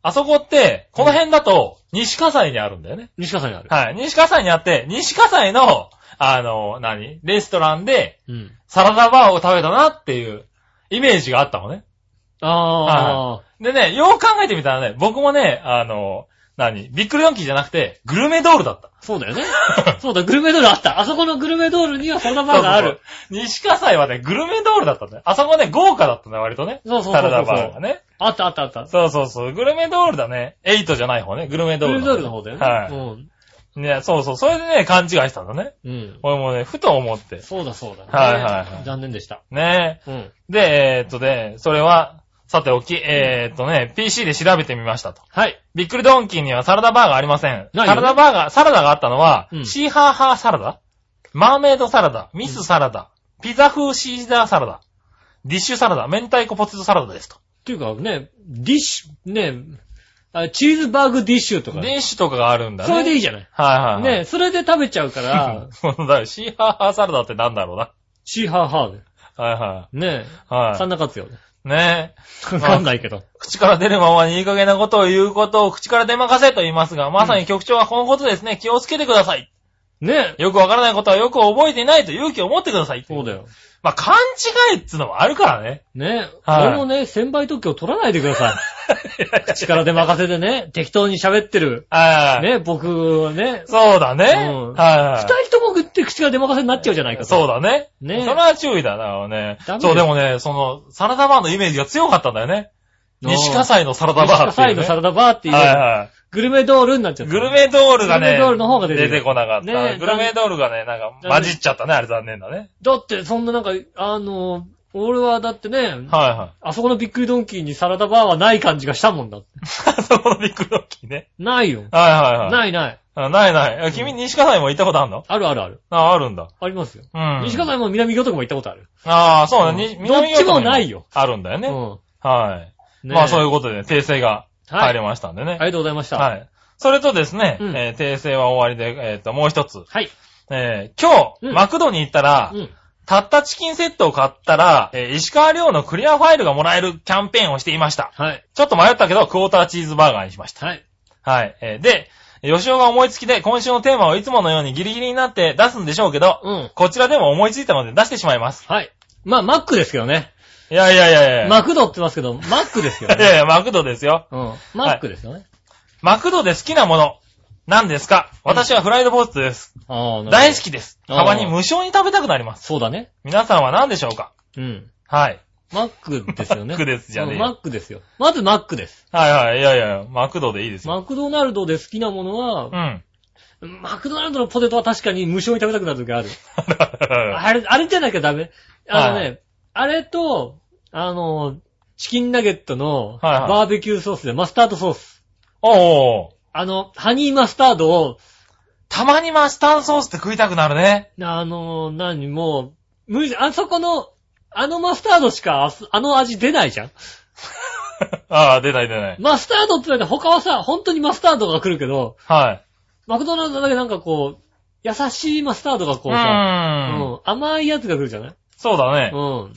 あそこって、この辺だと、西葛西にあるんだよね。
西川さんにある。
はい。西葛西にあって、西葛西の、あの、何レストランで、
うん。
サラダバーを食べたなっていうイメージがあったのね。
あ
でね、よう考えてみたらね、僕もね、あの、何ビックリドンキーじゃなくて、グルメドールだった。
あ、そう だよね。そうだ、グルメドールあった。あそこのグルメドールにはサラダバーがある。
そうそうそう。西葛西はね、グルメドールだったんだよ。あそこね、豪華だったんだよ、割とね。
そうそうそうそう
サラダバーがね。
あったあったあった。
そうそうそう。グルメドールだね。エイトじゃない方ね。グルメ
グ
ドー
ル
ル、
メドールの方だよね。
はい。ね、そうそう。それでね、勘違いしたんだね。
うん。うん。
俺もね、ふと思って。
そうだそうだね。
はいはいはい
残念でした。
ね
うん。
で、えーっとね、それは、さておき、えーっとね、PC で調べてみましたと。
はい。
びっくりドンキーにはサラダバーがありません。
ないよね
サラダバーが、サラダがあったのは、
うん
シーハーハーサラダ、マーメイドサラダ、ミスサラダ、ピザ風シーザーサラダ、ディッシュサラダ、明太子ポテトサラダですと。
っていうかね、ディッシュ、ね、あチーズバーグディッシュとか。
ディッシュとかがあるんだね。
それでいい
じ
じゃない。
ゃん。はいはい、はい。
ね、それで食べちゃうから、
そうだよシーハーハーサラダってなんだろうな。
シーハーハーで。
はいは
ね、
い。は
そんな活用ね。
い。ねえ。
わかんないけど。
口から出るままにいい加減なことを言うことを口から出まかせと言いますが、まさに局長はこのことですね。気をつけてください。
ね、
よくわからないことはよく覚えていないと勇気を持ってください。
そうだよ。
まあ、勘違いっつうのもあるからね。
ね、
はい
俺もね、先輩特許を取らないでくださ い。力で任せてね、適当に喋ってる。
はい。
ね、僕はね、
そうだね。
うん
はいは
二
い。
人ともぐって口が出まかせになっちゃうじゃないかと。
そうだね。
ねえ
それは注意だな、ね
ダメ。だよ
そう、でもね、その、サラダバーのイメージが強かったんだよね。
あー
西葛西のサラダバーっていう、ね。
西葛西のサラダバーっていう、
はいは
グルメドールになっちゃ
い。
った。
グルメドールが
グル
ね、
メドールの方が出てくる
こなかった。
ねえ
グルメドールがね、なんか混じっちゃったね、あれ残念だね。
だって、そんななんか、あの、俺はだってね、
はいはい。
あそこのびっくりドンキーにサラダバーはない感じがしたもんだって。
そこのビッグドッキーね。
ないよ。
はいはいはい。
ないない。
あないない。あ君、西葛西も行ったことあるの
あるあるある。
あ、あるんだ。
ありますよ。
うん。
西葛西も南魚とかも行ったことある。
ああ、そうだ
う
ね。
ん
南
どっちもないよ。
あるんだよね。
う
はい。
ん。ね
まあそういうことで、訂正が
はい
入りましたんでね。
ありがとうございました。
はい。それとですね、
うん
えー訂正は終わりで、えっ、と、もう一つ。
はい。
えー今日、
うん
マクドに行ったら、
うん。
たったチキンセットを買ったら、えー石川亮のクリアファイルがもらえるキャンペーンをしていました。
はい。
ちょっと迷ったけど、クォーターチーズバーガーにしました。
はい。
はい。えーで、吉尾が思いつきで、今週のテーマをいつものようにギリギリになって出すんでしょうけど、
うん。
こちらでも思いついたので出してしまいます。
はい。まあ、マックですけどね。
いやいやいやいや。
マクドって言いますけど、マックですよ
いやい
ね。
や、マクドですよ。
うん。マックですよね。
マクドで好きなもの、何ですか私はフライドポテトです。
ああ、
大好
き。
きです。
あー
たまに無償に食べたくなります。
そうだね。
皆さんは何でしょうか
うん。
はい。
マックですよね。
マックですじゃねえ
うんマックですよ。まずマックです。
はいはい、いやいや、マクドでいいですよ。
マクドナルドで好きなものは
う、ん。
マクドナルドのポテトは確かに無償に食べたくなる時ある。
はい
あれ、あれじゃなきゃダメ。あのね、
は
あれと、あの、チキンナゲットの
はいはい
バーベキューソースでマスタードソース。
おー。
あの、ハニーマスタードを、
たまにマスタードソースって食いたくな るね。
あの、何、もう、無理、あそこの、あのマスタードしか、あすあの味出ないじゃん。
ああ、出ない出ない。
マスタードって言われて他はさ、本当にマスタードが来るけど、
はい。
マクドナルドだけなんかこう、優しいマスタードがこ
う
うさ、う
ーん。
ん、甘いやつが来るじゃない
そうだね
う。ん。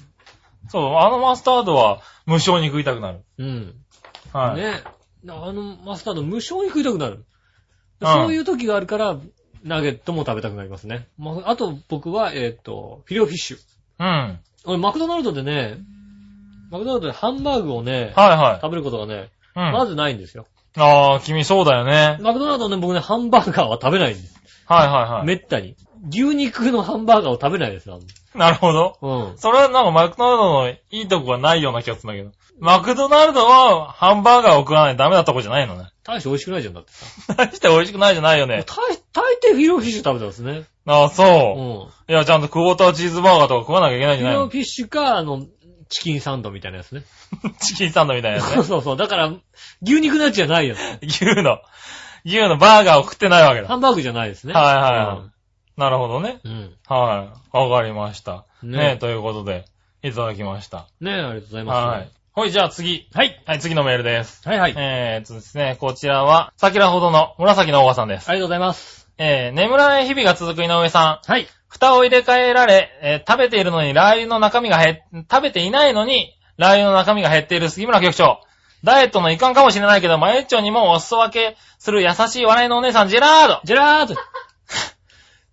そう、あのマスタードは無償に食いたくなる。
うん。
はい。
ねえ。あのマスタード無償に食いたくなる。
うん
そういう時があるから、ナゲットも食べたくなりますね。まあ、あと僕は、えっ、と、フィレオフィッシュ。
うん。はい
俺、マクドナルドでね、マクドナルドでハンバーグをね、
は
食べることがね、
い。うん。
ま
あ
ずないんですよ。
あー、君そうだよね。
マクドナルドね、僕ね、ハンバーガーは食べないんです。
はいはいは
めったに。牛肉のハンバーガーを食べないですよ。
い。なるほど。
うん。
それはなんかマクドナルドのいいとこがないような気がするんだけど。マクドナルドはハンバーガーを食わないとダメなとこじゃないのね。
大して美味しくないじゃんだってさ。
大して美味しくないじゃないよね。
大、大抵フィレオフィッシュ食べたんですね。
ああ、
う
そう。
ん。
いや、ちゃんとクォーターチーズバーガーとか食わなきゃいけないん
フ
じ
ィ
ゃな
レ
い
オ
の
フィッシュか、あの、チキンサンドみたいなやつね。
チキンサンドみたいなやつ
そう
ね。
そうそう。だから、牛肉のやつじゃないよ。
牛の、牛のバーガーを食ってないわけだ。
ハンバーグじゃないですね。
はいはいはなるほどね。
い。うん。
はい。わかりました。
ね
ねということで、いただきました。
ねえ、ありがとうございます。
はい。ほい、じゃあ次。
はい。
はい、次のメールです。
はいはい。あり
えーっとですね、こちらは、先ほどの紫のおばさんです。
がとうございます。
えー、眠らない日々が続く井上さん。
はい。
蓋を入れ替えられ、えー食べているのにラー油の中身が減っ、食べていないのにラー油の中身が減っている杉村局長。ダイエットの遺憾かもしれないけど、マユッチョにもお裾分けする優しい笑いのお姉さん、ジェラード。
ジェラード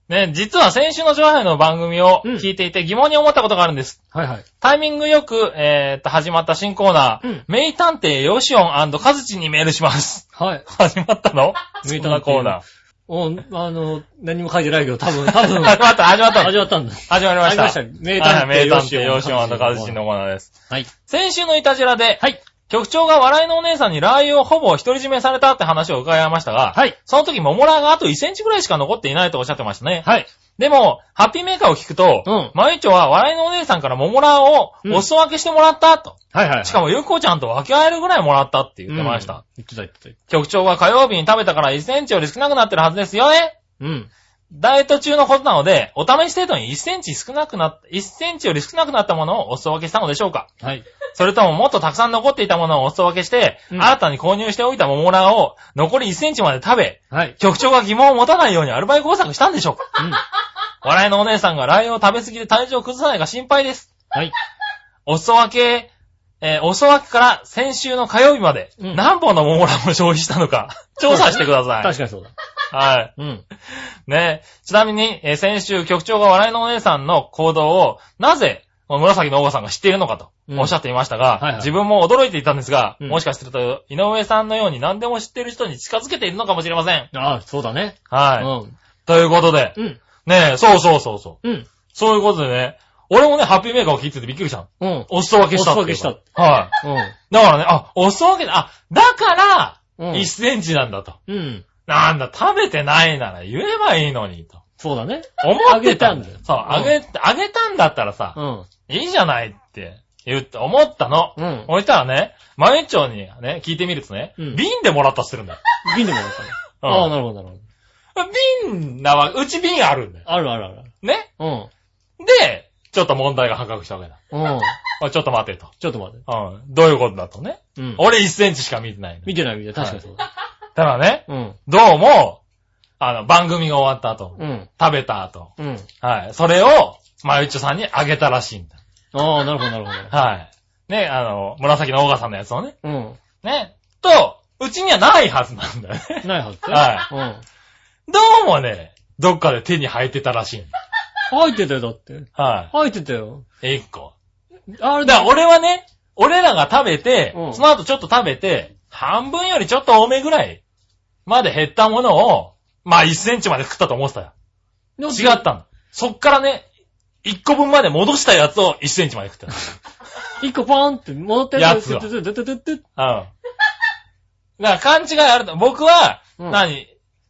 ね、実は先週の上海の番組を
うん
聞いていて疑問に思ったことがあるんです。
はいはい。
タイミングよく、えーっと、始まった新コーナー、
うん
名探偵ヨシオンカズチにメールします。
はい。
始まったの
名探偵
そんなコー ナー。
おあの、何も書いてないけど、多 分、多分、
始まった、始まった。
味わったんだ。
始まりました。
始まりました名探偵
ヨ
ヨ
シ
シ
オ
オ
ン
ン
カズチのコーナーです。
はい。
先週のイタジラで、
はい。
局長が笑いのお姉さんにラー油をほぼ独り占めされたって話を伺いましたが、
はい。
その時ももラーがあと1センチぐらいしか残っていないとおっしゃってましたね。
はい。
でも、ハッピーメーカーを聞くと、
うん
マユチョは笑いのお姉さんからももラーをお裾分けしてもらったと。
はいはい。
しかも、ゆうこちゃんと分け合えるぐらいもらったって言ってました。
うん。言ってた言ってた。
局長は火曜日に食べたから1センチより少なくなってるはずですよね。
うん。
ダイエット中のことなので、お試し程度に1センチ少なくなっ、1センチより少なくなったものをお裾分けしたのでしょうか
はい。
それとももっとたくさん残っていたものをお裾分けして、
うん
新たに購入しておいた桃ラーを残り1センチまで食べ、
はい。
局長が疑問を持たないようにアルバイト工作したんでしょうか
うん。
笑いのお姉さんがラー油を食べ過ぎで体調を崩さないか心配です。
はい。
お裾分け、えーお裾分けから先週の火曜日まで、
うん
何本の桃ラーを消費したのか、調査してくださ
確
い。
かにそうだ。
はい。
うん。
ねちなみに、えー先週局長が笑いのお姉さんの行動を、なぜ、この紫のおばさんが知っているのかと
うん
おっしゃっていました
は
が、
いはい
自分も驚いていたんですが、
うん
もしかすると、井上さんのように何でも知っている人に近づけているのかもしれません。
ああ、そうだね。
はい。
う
ということで、
ん。うん。
ねえ、そうそうそうそう。
うん。
そういうことでね、俺もね、ハッピーメーカーを聞いててびっくりしたの。
うん。
お裾分けしたって
お
いうか。
裾分け
はい。だからね、あ、お裾分けだ。あ、だか
うん。
ら、
うん
1。センチなんだと。
うん。
なんだ、食べてないなら言えばいいのに、と。
そうだね。
思
あ
っ
げ
て
た
た
ん
ん
だ
だ
よ
よ。そう、あげ、あげたんだったら
う
さ、
ん。
いいじゃないって言って、思ったの。
うん。
置いたらね、マユ長にね、聞いてみるとね、
うん
瓶でもらったって言ってるんだよ。
瓶でもらったの。
うん
ああ、なるほど、なるほど。
瓶なわ、うち瓶あるんだよ。
あるあるある。
ね。
うん。
で、ちょっと問題が発覚したわけだ。
うん。
おいちょっと待てと。
ちょっと待って。
うん。どういうことだとね。
うん。
俺1センチしか見てないの。
見てない見てない。確かにそうだ。
ただね、
うん。
どうも、あの、番組が終わった後、
うん。
食べた後、
うん。
はい。それを、マユッチョさんにあげたらしいんだ。
ああ、なるほど、なるほど。
はい。ね、あの、紫のオーガさんのやつをね。
う
ね。と、うちにはないはずなんだよね。
ん。ないはずだよ。
はどうもね、どっかで手に入ってたらしいんだ。
うん。入ってたよ、だって。
は
入ってたよ。
い。一個。
あれ
だか
だ、
ら俺はね、俺らが食べて、
うん
その後ちょっと食べて、半分よりちょっと多めぐらいまで減ったものを、まあ1センチまで食ったと思ってたよ。
違
違ったの。そっからね、1個分まで戻したやつを1センチまで食ったの。
一個パーンって戻って
やつは
ててててててて
うん。だから勘違いあると。僕は、
うん
何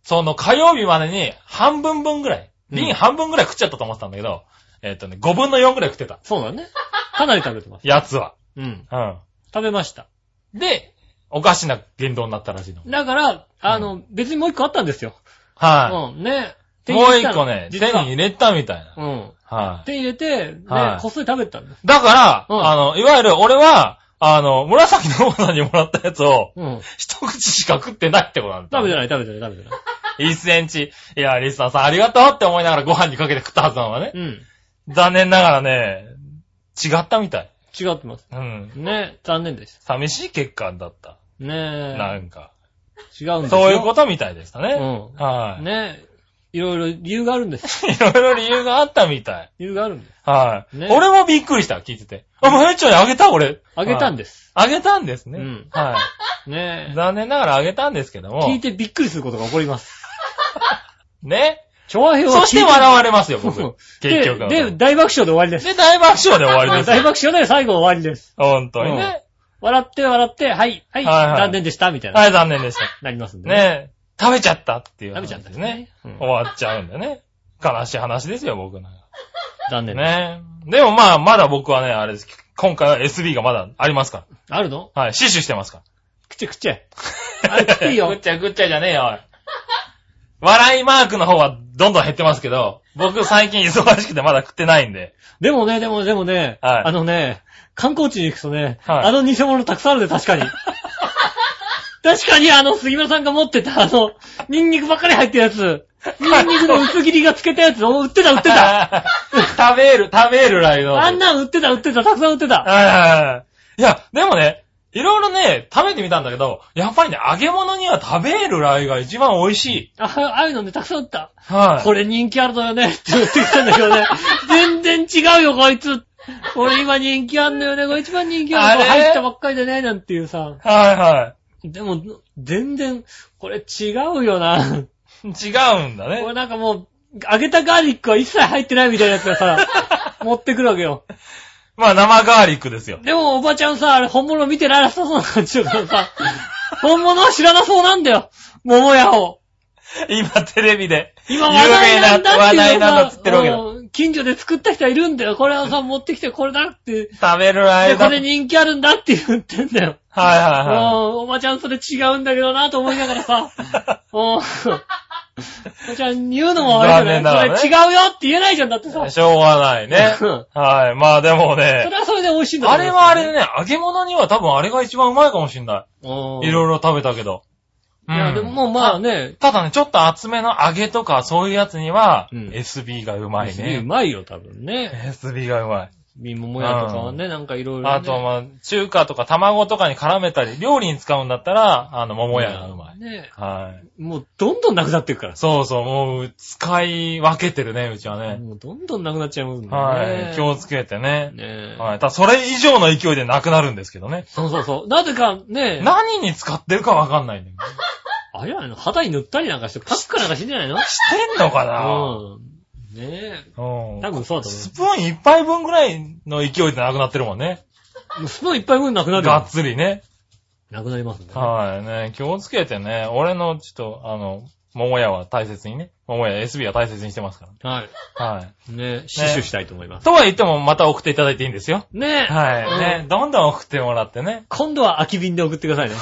その火曜日までに半分分ぐらい。
うん
瓶半分ぐらい食っちゃったと思ってたんだけど、えっとね、5分の4ぐらい食ってた。
そうだね。かなり食べてます。
やつは。
うん。
うん。
食べました。
で、おかしな言動になったらしいの。
だから、あの、別にもう一個あったんですよ。
は
うん、ね。
い。もう一個ね、手
実は
に入れたみたいな。
うん。
はい。
手入れて、ね
は、い
こっそり食べたんです。
だから、
うん
あの、いわゆる俺は、あの、紫の王さんにもらったやつを、
うん。
一口しか食ってないってことなんだ。
食べてない、食べてない、食べてない。
1センチ。いや、リスナーさんありがとうって思いながらご飯にかけて食ったはずなのがね。
うん。
残念ながらね、違ったみたい。
違ってます。
うん。
ね、残念でし
寂しい結果だった。
た。ね
なんか。
違うんですよ。
そういうことみたいでしたね。
う
はい、
ね。いろいろ理由があるんです。
いろいろ理由があったみたい。
理由があるんです。
はい、
ね
俺もびっくりした、聞いてて。あ、マユチョにあげた俺。
あげたん
で
です。
す。あげたんですね。
うん
は
ね
い。残念ながらあげたんですけども。
聞いてびっくりすることが起こります。
ね。
調和表は
そして笑われますよ、僕
うん。
結局は。
で、で、大爆笑で終わりです。
で大爆笑で終わりです
大
よ。
爆笑で最後終わりです。
本当にね。
笑って笑って、はい、はい、
はいはい
残念でした、みたいな、
はい、残念でした。
なりますんで。
ねえ、食べちゃったっていう、
食べちゃったんです
ね
ね。うん
終わっちゃうんだよね。悲しい話ですよ、僕なんか。
残念です。
ねえ。でもまあ、まだ僕はね、あれです。今回は SB がまだありますか
あるの
ら。はい、死守してますか
くちゃくちゃ。
ら。
あれ食っていいよ
ぐっちゃぐっちゃじゃねえよ、おい。笑いマークの方はどんどん減ってますけど、僕最近忙しくてまだ食ってないんで。
でもね、でも、でもね、
はい
あのね、観光地に行くとね、
はい
あの偽物たくさんあるで、確 かに。確かに、あの、杉村さんが持ってた、あの、ニンニクばっかり入ってるやつ、ニンニクの薄切りがつけたやつ、お売ってた、売ってた。
食べる、食べるライド。
あんなん売ってた、売ってた、たくさん売ってた。
はいはいはい。いや、でもね、いろいろね、食べてみたんだけど、やっぱりね、揚げ物には食べるライが一番美味しい。
あああいうのね、たくさん売った。
はい。
これ人気あるのよねって言ってきたんだけど ね。全然違うよ、こいつ。これ今人気あんのよね。これ一番人気あるの
あれ
入ったばっかりでね、なんていうさ。
はいは
でも、全然、これ違うよな。
い。違うんだ
これ
ね。
なんかもう、揚げたガーリックは一切入ってないみたいなやつが さ、持ってくるわけよ。
まあ生ガーリックですよ。
でもおばちゃんさ、あれ本物見てなさそうな感じだから さ、本物は知らなそうなんだよ。桃屋を。
今テレビで。
今話題なんだってい
有名
う
な話題なんだっ
の
つってるわけだ
さ、うん近所で作った人はいるんだよ。これをさ、持ってきてこれだって。
食べるラ
で、
イ
こ
だ。
れ人気あるんだって言ってんだよ。
はい
うん
は
おばちゃんそれ違うんだけどなと思いながら さ、うんおばちゃんに言うのも悪い
残念
け
な
ど、
が
ね
らね、
それ違うよって言えないじゃんだって
い
さ
はい。。しょうがないね
うん。
はい。まあでも
そ
ね
れ、はそれで美味しいんだ
あれはあれ
い
でね、揚げ物には多分あれが一番うまいかもしんな
ろ
い。いろいろ食べたけど。
いや、でももうまあね、
ただね、ちょっと厚めの揚げとかそういうやつには、
うん
SB がう
う
まいね。
まいよ、多分ね。
SB がうまい。
みももやとかはね、なんかいろいろね。
あと、まあ、中華とか卵とかに絡めたり、料理に使うんだったら、あの、桃屋がうまい。
ね
はい。
もうどんどんなくなっていくからさ。
そうそう、もう、使い分けてるね、うちはね。
もうどんどんなくなっちゃいますもんね。
はい。気をつけてね。
ね
はい。ただ、それ以上の勢いでなくなるんですけどね。
そうそうそう。なぜかね、
何に使ってるかわかんないんだけど。
あれやの肌に塗ったりなんかして、パックなんかしてんじゃないの
してんのかな
うん。ねえ。
うん。
多分そうだと
スプーン一杯分ぐらいの勢いでなくなってるもんね。
思う。スプーンいっぱい分なくなる
がっ
よ。
つりね。
なくなりますね。
はいね。気をつけてね。俺の、ちょっと、あの、桃屋は大切にね。桃屋 SB は大切にしてますか
はい。
ら。はい。
ねえ、死守したいと思います。
とは言っても、また送っていただいていいんですよ。
ねえ。。
はい。ね。どんどん送ってもらってね
今度は空き瓶で送ってくださいね。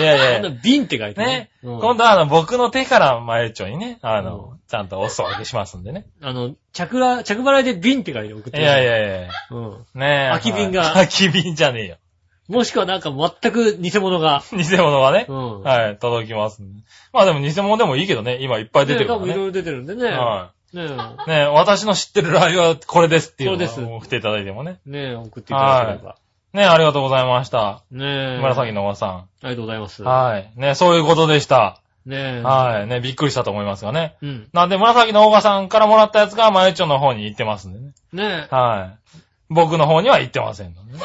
いやい
今
や。
度瓶って書いて
ね。
うん
今度は、あの、僕の手から、まゆちょにね、あの
う、
ちゃんとお裾分けしますんでね。
あの、着ら、着払いで瓶って書いて送って
い
ください。
やいやいや。
うん。
ねえ。
空き瓶が
はい空き瓶じゃねえよ。
もしくはなんか全く偽物が。
偽物はね
う。ん。
はい、届きますんで。まあでも偽物でもいいけどね、今いっぱい出て
ね
るか
多
ら
分いろ
ね。
いろ出てるんでね。
は
ねえ。
い。ね私の知ってるライブはこれですっていうの
そうです
を送っていただいてもね。
ねえ、送っていただければ。
ねありがとうございました。
ねえ。
紫のおばさ
ありがとうございます。
ん。はい。ねそういうことでした。
ねえ。
はい。ねびっくりしたと思いますがね。
うん。
なんで、紫のおばさんからもらったやつが、まゆちょの方に行ってますんでね。
ねえ。
はい。僕の方には行ってませ んのでね。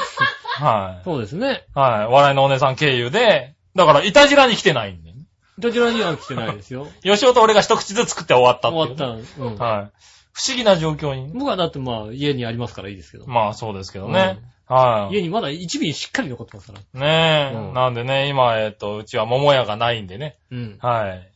はい。
そうですね。
はい。笑いのお姉さん経由で、だから、いたじらに来てないんでね。
どちらには来てないです よ。
吉尾と俺が一口ずつ食って終わったってい
終
うね、
わった。うん。
はい。不思議な状況にね。
僕はだってまあ、家にありますからいいですけど。
まあそうですけどね。は
家
い。
にまだ1瓶しっかり残ってますから。
ねえ、
うん
なんでね、今、えっと、うちは桃屋がないんでね。
うん。
はい。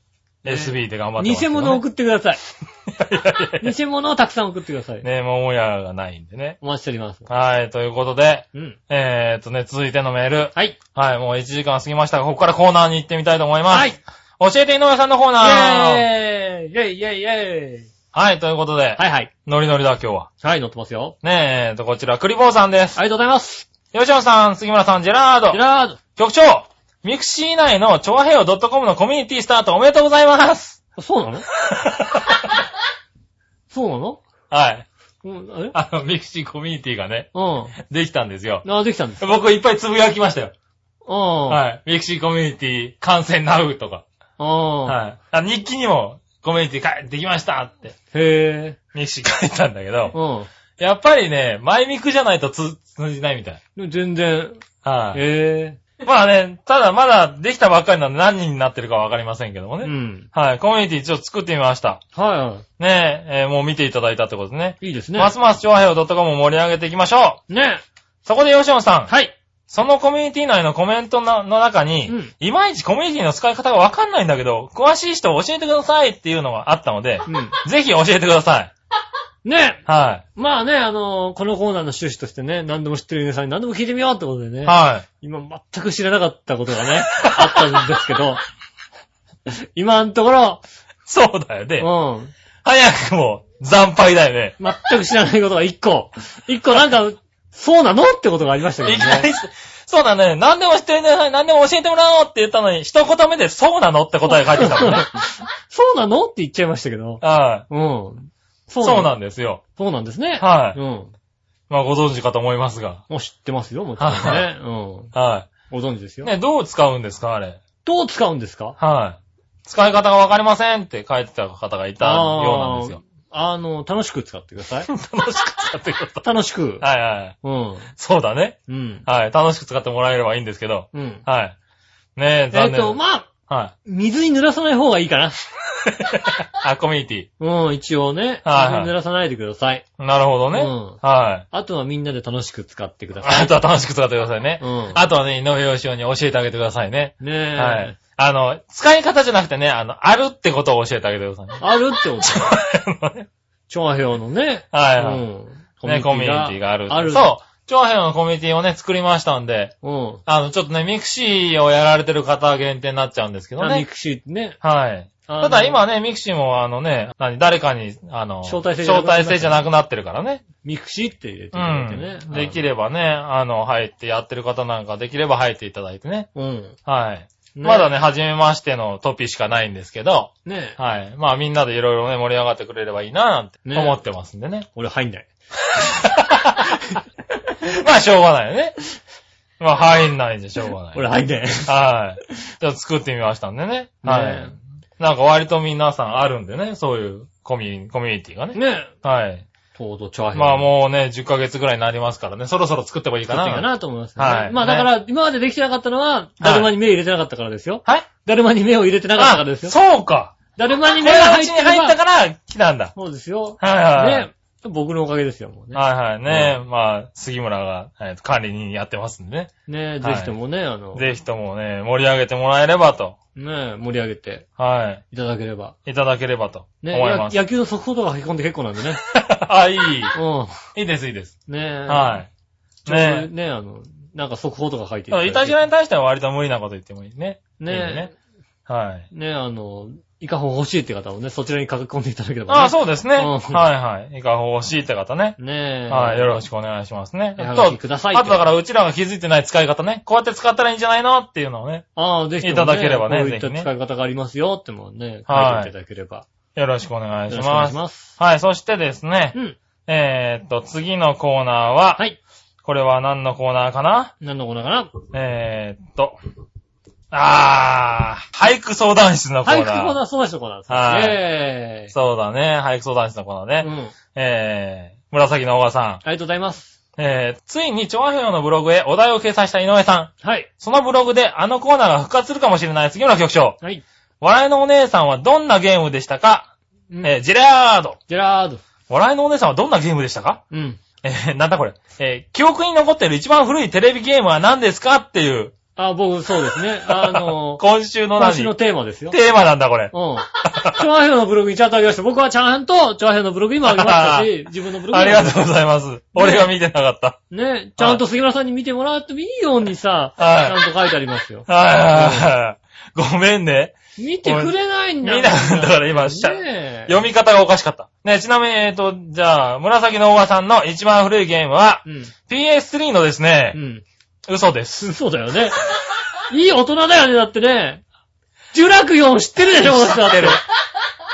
ね
SB で頑張ってますけ
偽
どね、
物を送ってくだ さい。偽物をたくさん送ってください。
ねえ、桃屋がないんでね。
お待ちしております。
はい、ということで、
うん。
えー、っとね、続いてのメール。
はい。
はい、もう1時間過ぎましたが、ここからコーナーに行ってみたいと思います。
はい。イ。
教えて井上さんのコーナー。
ェーイイェイイェイイェイ
はい、ということで、
はいはい。
ノリノリだ、今日は。
はい、乗ってますよ。
ねえ、えー、っと、こちら、クリボーさんです。
ありがとうございます。
吉野さん、杉村さん、ジェラード。
ジェラード。
局長ミクシー内のチョアヘオ .com のコミュニティスタートおめでとうございます
そう なのそうなの
はい。
うん、あれ
あの、ミクシーコミュニティがね、
う
できたんですよ。
ん。あ、できたんです。
僕いっぱいつぶやきましたよ。
うん。はい。
はい。ミクシーコミュニティ感染なうとか。
うん。
はい。あ日記にもコミュニティ書いてきましたって、
へ
ミクシー書いたんだけ
ぇー。
ど、
うん。
やっぱりね、マイミクじゃないとつ通じないみたい。
でも全然、
はい。
へ
まあね、ただまだできたばっかりなんで何人になってるかわかりませんけども
ぇー。う
ね。
ん。
はい。コミュニティちょっと作ってみました。
はいは
ねえ、えーもう見ていただいたってことですね。
い。いいですね。
ますます長平を .com を盛り上げていきましょ
ね
う。そこで吉野さん、
はい。
そのコミュニティ内のコメントのの中に、
うん
いまいちコミュニティの使い方がわかんないんだけど、詳しい人教えてくださいっていうのがあったので、
うん。
ぜひ教えてください。
ね
は
まあね、あのーこのコーナーの趣旨としてね、何でも知ってる皆さんに何でも聞いてみようってことでね。
い。は
今全く知らなかったことがね、 あったんですけど、今のところ、
い。そうだよ
う
ね。
ん。
早くも惨敗だよね。
全く知らないことが一個。一個なんか、そうなのってことがありましたけ
い
ど
きなり
ね。、
そうだね。何でも知ってるね。何でも教えてもらおうって言ったのに、一言目でそうなのって答えが返って きたもんね。
そうなのって言っちゃいましたけど。
はい。
うん。そ
そう
なん
なんですよ。
そうなんですね。
はい
うん。
まあご存知かと思いますが。
もう知ってますよ、もちろん
は
ね。うん。
は
ご存知です
い。
よ。
ね、どう使うんですかあれ。
どう使うんですか
はい。使い方がわかりませんって書いてた方がいたようなんですよ。
あーあの、楽しく使ってくだ さい。
楽しく使ってくださ
楽しく。
い。はいはい。
うん。
そうだね。
うん。
はい。楽しく使ってもらえればいいんですけど。
うん。
はい。ねえ、
えっ
残念。
と、まあ、
はい。
水に濡らさない方がいいかな。
あ、コミュニテ
うん、一応ね。
はいは
水
い
に濡らさないでください。
ィ。なるほどね。
うん
はい。
あとはみんなで楽しく使ってください。
あとは楽しく使ってくださいね。
うん
あとはね、井上洋雄に教えてあげてくださいね。
ねえ。
はい。あの、使い方じゃなくてね、あの、あるってことを教えてあげてくださいね。
あるってこと。 長編のね。。
はいはいうね、
ん
コミュニティがある。
ある。
そう。長編のコミュニティをね、作りましたんで、
う。うん。
あの、ちょっとね、ミクシーをやられてる方限定になっちゃうんですけど
あミ
ね。
クシーね。
はい。
た
ただ、今ね、ミクシーもあのね、何、誰かに、あの、
招待制じゃな
招
くなりましたね
待制じゃなくなってるからね。
ミクシーって入れていうただいてね。
ん。でき
る。
ればね、あの、入ってやってる方なんかできれば入っていただいてね。
うん。
はい。まだね、初めましてのトピしかないんですけど、
ね。ねえ。
はい。まあみんなでいろいろね、盛り上がってくれればいいな、なんて
ね
思ってますんでね。
俺入んない。
まあしょうがないよね。まあ入んないんでしょうがない。
俺入ん ない。
はい。じゃあ作ってみましたんでね。はい。
ね
なんか割と皆さんあるんでね、そういうコミュニコミュニティがね。
ねえ。
はい。
とうとう長編。
まあ
う。
もうね、10ヶ月ぐらいになりますからね、そろそろ作ってもいいか
作っ
な。
ていいかなと思いますね。
はい
まあだから、今までできてなかったのは、だるまに目を入れてなかったからですよ。
はい
だるまに目を入れてなかったからですよ。
そうか。
だるまに
こ
目
れ
が
が
入
口
って
に
れば
入ったから来たんだ。
そうですよ。
はいはいはい
ね。僕のおかげですよ、もうね。
はいはい。ねまあ、杉村が、えー管理人やってますんでね。
ね
い
ぜひともね、あの、
ぜひともね、盛り上げてもらえればと。
ね盛り上げて
はい
ただければ。
い。いただければと。
ね
思います。
や野球の速報とか書き込んで結構なん でね。
あ、いい。
う
いいです、いいです。
ん。ね。
はいい。
ね
ね
ねあの、なんか速報とか書いて
え。いたじ
な
らに対しては割と無理なこと言ってもいいね。いい
ね
ね。はい。
ねあの、イカホン欲しいって方をね、そちらに書き込んでいただければね。
ああ、そうですね。
う
は
ん
いはい。いかが欲しいって方ね。
う。ねえ。
はい。よ
ろ
ろしくお願いしますね。
お
あ
はがき
と、
くださいって。
あとだからうちらが気づいてない使い方ね。こうやって使ったらいいんじゃないのっていうのをね。
ああ、ぜひとも
いただければね
こういった
ぜひね
使い方がありますよってもね、書
はい
いていただければ。
よろしくお願
よ
い
ろしく
し
お願
ま
いし
す。
ます。
はい。そしてですね
う。ん。
えーっと、次のコーナーは、
はい。
これは何のコーナーかな
何のコーナーかな
えーっと、あー、俳句相談室のコー
俳
ナー。
句コーナー、そうでしょ、コーナーです。
はい
え
そうだね。俳句相談室のコーナ
え
ー
う
ね。
ん。
えー、紫のおばさ
ありがとうございます。
ん。えー、ついに、調和表のブログへお題を掲載した井上さん。
はい。
そのブログであのコーナーが復活するかもしれない杉村局長。
はい。
笑いのお姉さんはどんなゲームでしたか、
うん
えージェラード。
ジェラード。
笑いのお姉さんはどんなゲームでしたか
うん。
えーなんだこれ。えー記憶に残っている一番古いテレビゲームは何ですかっていう。
あ、僕、そうです ね。あのー、
今週の
今
何
週のテーマですよ。
テーマなんだこれ
うん。。チョアヘヨのブログにちゃんとあげました。僕はちゃんと、チョアヘヨのブログにもあげましたし、自分のブログ
あ
に
り
も
がとうございます。俺が見てなかった。
ね、ちゃんと杉村さんに見てもらってもいいようにさ、ち
はい
ゃんと書いてありますよ。
はいはいはい。ごめんね。
見てくれないんだ
見なかったから今しちゃ
ねえ。
読み方がおかしかった。ね、ちなみに、えっ、と、じゃあ、紫のおばさんの一番古いゲームは
う、ん。
PS3 のですね
う、ん。
嘘です。
そうだよね。いい大人だよね、だってね。ジュラク4知ってるでしょ、知ってる。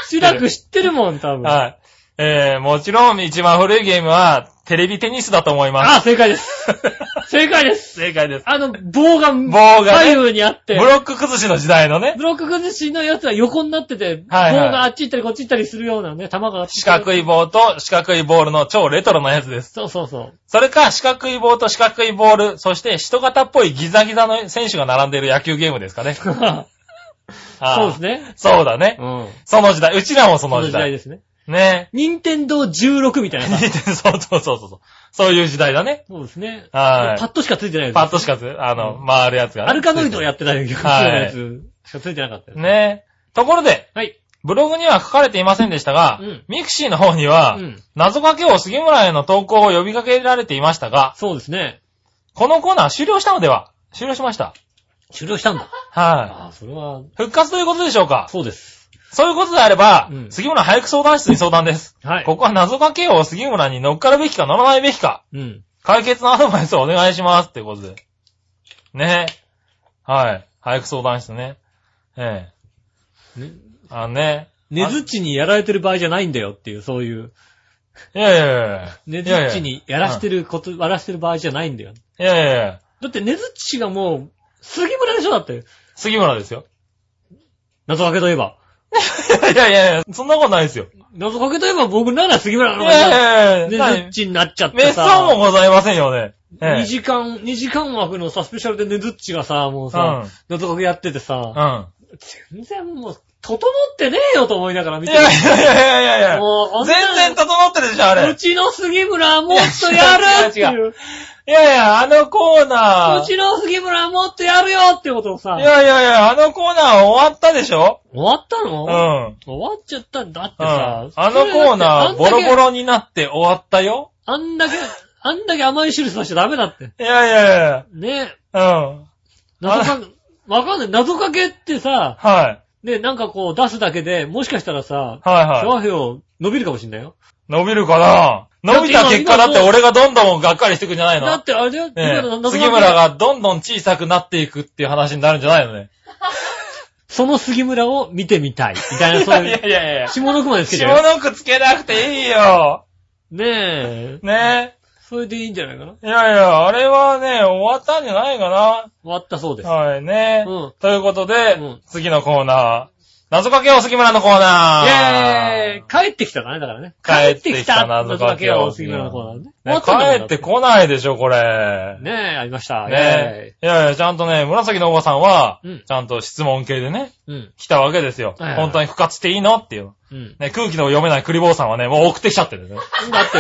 ジュラク知ってるもん、多分。
はい。えー、もちろん一番古いゲームは、テレビテニスだと思います。
あ、正解です。正解です。
正解です。
あの、棒が、
棒がね
左右にあって
ブ、ロック崩しの時代のね、
ブロック崩しのやつは横になってて、棒
はいはい
があっち行ったりこっち行ったりするようなね、球があって。
四角い棒と四角いボールの超レトロなやつです。
そうそうそ
それか、四角い棒と四角いボール、そして人型っぽいギザギザの選手が並んでいる野球ゲームですかね。
う。そうです
ね。
ね。
そうだね。
うん。
その時代。うちらもそ
こ
の
の
時
時代
代。
ですね。
ね。
任天堂16みたいなさ。
そうそうそうそう。そういう時代だね。
そうですね。
はい
パッとしかついてないです。
パッとしかつ、あの、
う
回るやつがね。
アルカノイドをやってない曲のやつしかついてなかったです。
ね。ところで、
はい。
ブログには書かれていませんでしたが、
うん
ミクシーの方には、
うん
謎かけを杉村への投稿を呼びかけられていましたが、
そうですね。
このコーナー終了したのでは終了しました。
終了したんだ。
はい、
ああ、それは、
復活ということでしょうか
そうです。
そういうことであれば、
うん
杉村俳句相談室に相談です。
はい。
ここは謎かけを杉村に乗っかるべきか乗らないべきか、
うん。
解決のアドバイスをお願いしますってことで。ねはい。俳句相談室ね。え
ね
え。あのね。
ねずっちにやられてる場合じゃないんだよっていう、そういう。
いやいやいや。
ねずっち
い
にやらしてること、やらしてる場合じゃないんだよ。
やいやいやいや。
だってねずっちがもう、杉村でしょだって。
杉村ですよ。
謎かけといえば。
いやいやいや、そんなことないですよ。
謎かけといえば僕なら杉村
い
なのか
やい
な。
やい
ね
や、
ずっ
何
ちになっちゃって
めっさ
さ
も。ございませんよね。え
2
え
時間、2時間枠のさ、スペシャルでねずっちがさ、もうさ、
うん
謎かけやっててさ、
うん。
全然もう、整ってねえよと思いながら見
い
て
や
る。
いやいやいやいやい や。
もう、
全然整ってるでしょ、あ
う
れ。
ちの杉村はもっとやるって
いや違
いう。
いやいや、あのコーナ
う
ー。い
ちの杉村はもっとやるよってことをさ、終
やいやいや、あのコーナー終わったでしょ
わったの
うん。うん
終わっちゃったんだって
あ
さ。
のコーナ
それ
ー、ボ
だっ
ロ
て
ボ。ロになって終わったよ。
あんだけ、あんだけ甘い汁さしちゃダメだって。
いやいやい
ねえ、
や、うん。
謎かけ、わかんない。謎かけってさ、
はい。
ね、なんかこう出すだけで、もしかしたらさ、
はい
調
は
和票伸びるかもしんないよ。
い。伸びるかな伸びた結果だって俺がどんどんがっかりしていくんじゃないの
だってあれだよ、
ええ
今の謎かけ
杉村がどんどん小さくなっていくっていう話になるんじゃな いのね。
その杉村を見てみたい。みたいな、
い
そういう
やいやいや。
下の句までつけちゃ
下
うよ。
の句つけなくていいよ。
ねえ。
ね
それでいいんじゃないかな終
え。いやいや、あれはね、終わったんじゃないか
わったそうで
な。
す。
はいね。
うん
ということで、
うん
次のコーナー。謎かけを杉村のコーナ
イ
ー。
ェーイ帰ってきたからね、だからね。
帰ってきた謎かけを
謎杉村のコーナーね。
ね帰ってこないでしょ、これ。
ねえ、ありました。
ねいやいや、ちゃんとね、紫のおばさんは
うん、
ちゃんと質問系でね、
イェーイ。うん。
来たわけですよ。
はいはい
本当に復活していいのっていう。
うん。
ね、空気の読めないクリボーさんはね、もう送ってきちゃってるんだよね。
だって、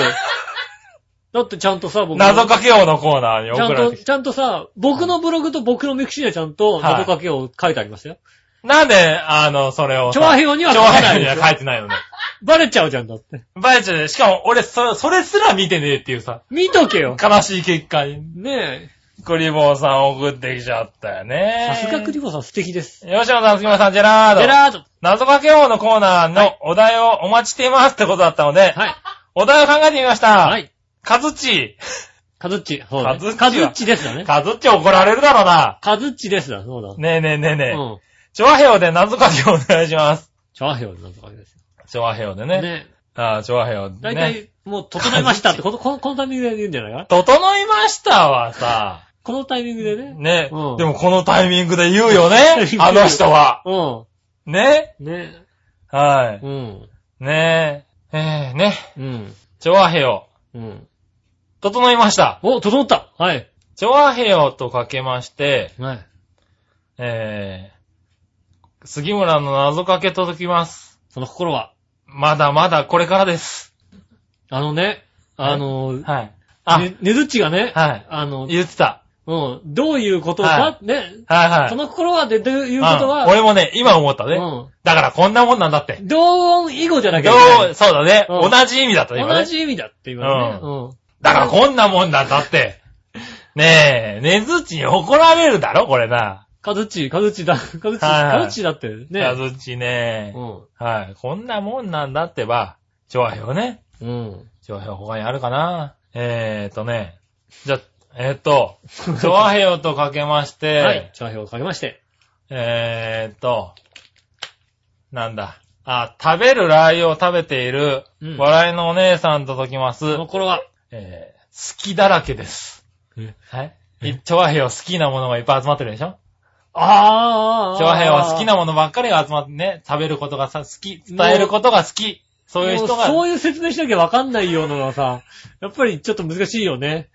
だってちゃんとさ、僕の
謎かけ王のコーナーに
ちゃ
送
ん
られ
と、
てき
ちゃんとさ、僕のブログと僕のミクシーにはちゃんと謎かけを書いてありますよ。
た。なんで、あの、それをさ。
調和表には書
調
か
和
ないで
表に
しょ
は書いてないのね。
バレちゃうじゃんだって。
バイチで、しかも俺、そ、それすら見てねえっていうさ、
見とけよ。
悲しい結果に、
ね
クリボーさん送ってきちゃったよ
え。
ね。
さすがクリ
ボ
ボーさん素敵です。
ー。吉野さん、杉村さん、ジェラード。
ジェラード。
謎かけ王のコーナーのお題をお待ちしていますってことだったので、
はい。
お題を考えてみました。
はい。
カズッチ。
カズッチ。そうだね。
カ
カズ
ズッチは
ッチですだね。
カズッチ怒られるだろうな。
カズッチですだ、そうだ。
ねえねえねえねえ。
うん。
調和表で謎かけをお願いします。
チャーヘオなんとかですよ。
調和表でね。
ね。
ああ、調和表で
大
ね。
体、もう整いましたって、この、このこのタイミングで言うんじゃないか
整いましたはさ、
このタイミングでね。
ね、
うん
でもこのタイミングで言うよね
言う、
あの人は。
う
ね。
ん。ね。
は
うん。
い。ねえ。えー、ね。
うん。
調和表を。
うん。
整いました。
お、整ったはい。
調和表をとかけまして、
はい。
えー、杉村の謎かけ届きます。
その心は、
まだまだこれからです。
あのね、あの、
はい。あ、
ね、ねずっちがね、
はい
あの、
言ってた。
うん、どういうこと
は
か、ね、
はいはい。
その心はで、ということ
う
は、
ん俺もね、今思ったね。
うん
だからこんなもんなんだって。
同音以後じゃなきゃい
どうそうだね、
うん
同じ意味だと
け
今
ない。
ね。
同じ意味だって言わね。
う
うん。
だからこんなもんなんだって。ねえ、ねずっちに怒られるだろ、これな。
カズッチ、カズッチだ、カズッチ、
はいはい
カズッチだって
ね
ね。
ずっちね
う、ん。
はい。こんなもんなんだってば、調和表ね。
うん。
調和表他にあるかなえーとね。じゃ、えー と、調和表とかけまして、
はい。チャー表をかけまして。
えーと、なんだ。あ、食べるラー油を食べている
う、ん
笑いのお姉さんと解きます。
その心は、
えー好きだらけです
え。
はい。調和兵は好きなものがいっぱい集まってるでしょ
ああ。
調和兵は好きな
も
ものばっかりが集まってね、食べることがさ、好き、伝えることが好き。そういう人が、
そういう説明しなきゃわかんないようなのはさ、やっぱりちょっと難しいよね。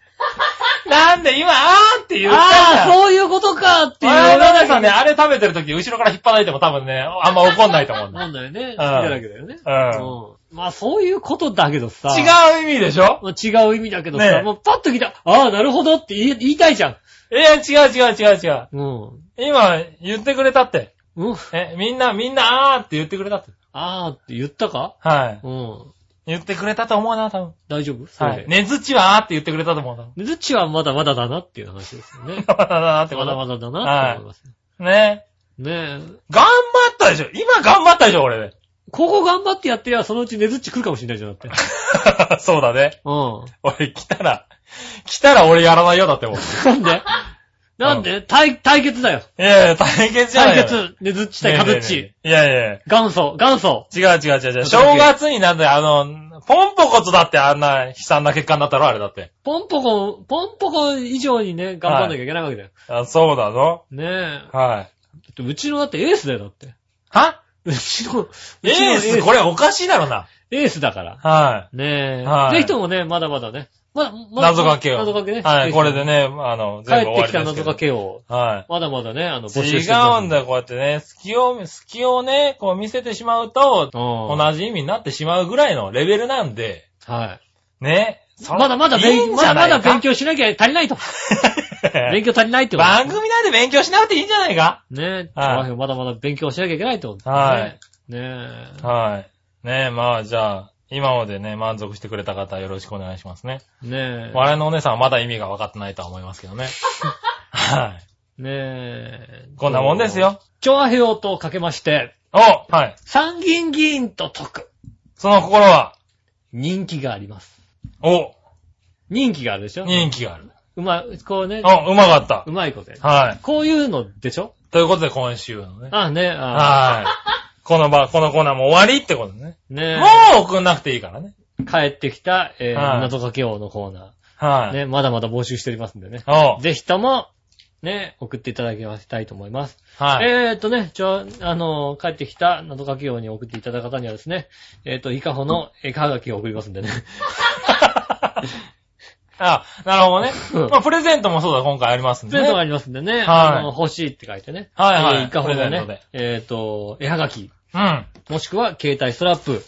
なんで今、あーって言った
ああー、
う
そういうことかっていう。
笑いのお姉さんね、あれ食べてるとき、後ろから引っ張られても多分ね、あんま怒んないと 思うんだ。
なんだよね。好きだらけだよね。
うん。
うん。まあそういうことだけどさ。
違う意味でしょ
まあ違う意味だけど
ね
さ、
え
もうパッと来た、ああ、なるほどって言い言いたいじゃん。
いや、違う違う違う違う。
うん。
今、言ってくれたって。
うん。
え、みんな、みんな、あーって言ってくれたって。
ああって言ったか
はい。
うん。
言ってくれたと思うな、多分。
大丈夫そ
は
れで。
い。ねずちはあーって言ってくれたと思うな。
ね。ずっちはまだまだだなっていう話ですよね。
まだだなって こ
まだま
と。
だだなって思います。
ね
ねえ。
頑張ったでしょ今頑張ったでしょ俺で。
ここ頑張ってやってりゃ、そのうちねずっち来るかもしれないじゃん、だって。
そうだね。
う
俺来たら、来たら俺やらないよだってもう。
ん。なんでなんで対、対決だよ。
いやいや、対決じゃない
対
よ。
決。ねずっち
ね
対
え
カ
ね
ズ
えねえ
ッチ。
いやいやいや。
元祖、元祖。
違う違う違う違う。正月になんで、あの、ポンポコとだってあんな悲惨な結果になったろあれだって。
ポンポコ、ポンポコ以上にね、頑張んなきゃいけないわけだよ。
あ、そうだぞ。
ねえ。
はい。
だってうちのだってエースだよ、だって。
は
うち の、うちの
エース、これおかしいだろな。
エースだから。
は
ねえ。
はい
ぜひともね、まだまだね。まだ、
い。
まだ
謎かけを。
謎かけね。
はい、これで
ね。
ね、あの、
帰
全部
っ
終
てき
わり
た
です
謎
け
か
ど。
けを、
はい。
まだまだね、あの、募
違
集してください
うんだよ、こうやってね。隙を、隙をね、こう見せてしまうと、
うん。
同じ意味になってしまうぐらいのレベルなんで、
はい。
ね。そ
まだまだ
いい
勉
ん
強、
じ
まだ
ゃな
ま
い
だ
か
勉。強しなきゃ足りないと。勉強足りないってこと
番組なんで勉強しなくていいんじゃないか
ねえ、
はい
まだまだ勉強しなきゃいけないってこと
はい
ね。ね
はい。ねまあじゃあ、今までね、満足してくれた方よろしくお願いしますね。
え。ねえ。
我々のお姉さんはまだ意味が分かってないとは思いますけどね。はい。
ねえ。
こんなもんです。よ。
調和票とかけまして、
おはい。
参議院議員と解く。
その心は、
人気があります。
お
人気があるでしょ
人気がある。
うまい、こうね、
おうまかった
う。まいことやる。
はい。
こういうのでしょ
ということで今週のね。
ああね、ああ
はい。この場、このコーナーも終わりってことね。
ね
もう送んなくていいからね。
帰ってきた、えー
はい
謎かけ王のコーナー。
はい。
ね、まだまだ募集しておりますんでね。
おう
ぜひとも、ね、送っていただきましたいと思います。
はい。
えーっとね、ちょ、あの、帰ってきた、などかきように送っていただいた方にはですね、えーっと、いかほの絵はがきを送りますん でね。
あ、なるほどね
うん。
まあ、プレゼントもそうだ、今回ありますん
プ
で
レゼントがあ
ね。
りますんでね、
はい
あの、欲しいって書いてね。
はいはい
えーいかほの
プレゼント
ね
で、
えーっと、絵はがき、
うん。は
もしくは携帯ストラップ、
い。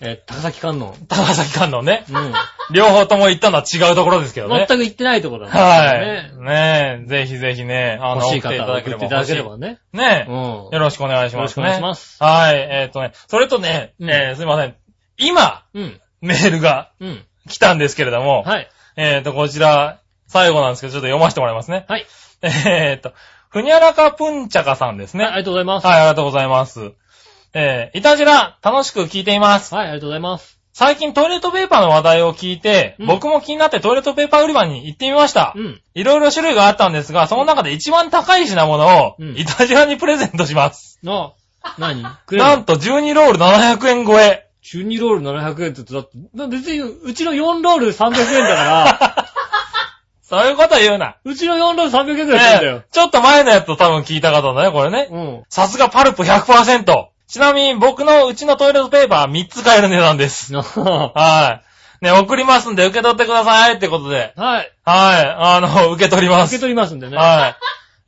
えー、高崎観音。
高崎観音 ね
う。ん。
両方とも行ったのは違うところですけどね
全。く行ってないところだもん
は
ね
い。。ねえ、ぜひぜひね、あの、
欲しい
送ってい
方
た
は
だ
送
け
っ
れ
て
ば
いただけれ
欲
ばね。
しいね
う
え
ん。。
よろしくお願いし
よ
ます、ね。
ろしくお願いします
はい。えっ、とね、それとね、
うん
えーすいません。今、
うん。
メールが
うん。
来たんですけれども、
はい。
えっ、と、こちら、最後なんですけど、ちょっと読ませてもらいますね。
はい。
えっ、と、ふにゃらかぷんちゃかさんですね。
ね、あり
はい、
がとうございます。
ありがとうございます。えー、いたじら、楽しく聞いています。
はい、ありがとうございます。
最近トイレットペーパーの話題を聞いて、
うん
僕も気になってトイレットペーパー売り場に行ってみました。
うん。
いろいろ種類があったんですが、その中で一番高い品物を
う、ん
いたじらにプレゼントします。
の、何くれる
なんと12ロール700円超え。
12ロール700円って言って、だって、だ別に、うちの4ロール300円だ から、
そういうこと言うな。
うちの4ロール300円くらいするんだよ
ね。ちょっと前のやつを多分聞いた方だね、これね。
う
さすがパルプ100%。ちなみに僕のうちのトイレットペーパー3つ買える値段です。
ん。 は
はい。ね、送りますんで受け取ってくださいってことで。
い。
はい。あの、受け取りま
受け
す。
取りますんでね。あ
は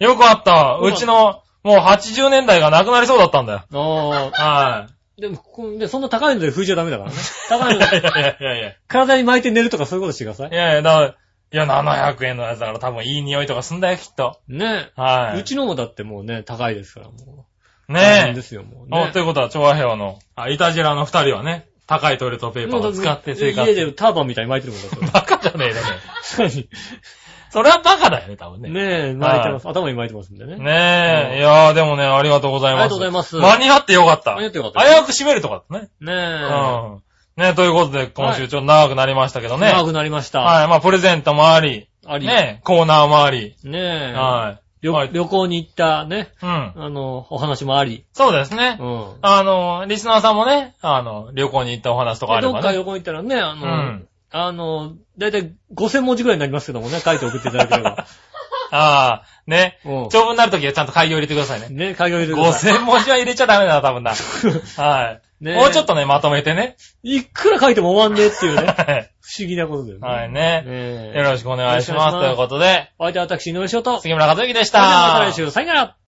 い。よくあった。
うん
うちの、もう80年代がなくなりそうだったんだよ。
あ
は
ー。でも、ここで、そんな高いので封じはダメだからね。高
い。
い
い
の
やいやいやいや。
体に巻いて寝るとかそういうことしてくださ
い
い。
やいや、だから、いや、700円のやつだから多分いい匂いとかすんだよ、きっと。
ね
は
う
い。
ちのもだってもうね、高いですから、もう。大変
ね
で
え。
すよ、もう
お
ね。
ということは、調和平和の、あ、イタジラの二人はね、高いトイレットペーパー
も
を
う
使って生
家
活。
でターバンみたいに巻いてるもんだと。
バカじゃねえだね。
何
それはバカだよね、多分ね。
ねえ、巻いてます。頭に巻いてますんでね。
ね
うん
え。いやー、でもね、ありがとうございます。
ありがとうございます
間に合ってよかった。
間に合ってよかった
早く閉めるとかね。
ねえ。
うん。ねえ、ということで、今週ちょっと長くなりましたけどね。
長くなりました。
はい。まあ、プレゼントもあり、
あり。
ねえ、コーナーもあり。
ねえ。
は
旅
はい
旅行に行ったね、
い。うん。
あの、お話もあり。
そうですね
う。ん。
あの、リスナーさんもね、あの、旅行に行ったお話とかあ
でど
れ
っか
ばね。
旅行行ったらね、あ
う
の、
ん。
あの、だいたい5000文字ぐらいになりますけどもね、書いて送っていただけれ ば。
ああ、ね。
うん。
長文になるときはちゃんと開業入れてくださいね。
ね、開業入れてください。
5000文字は入れちゃダメだな、多分な。はい。
ね
もうちょっとね、まとめてね。
いくら書いても終わんねえっていうね、
はい
不思議なことだよね。
はい
ね
ね。
え。
よろしくお願いします。
よろしくお願
という
いします
ことで、
お相手は私、井上翔と。
杉村和之でし
それではまた
た
来。週、さよなら。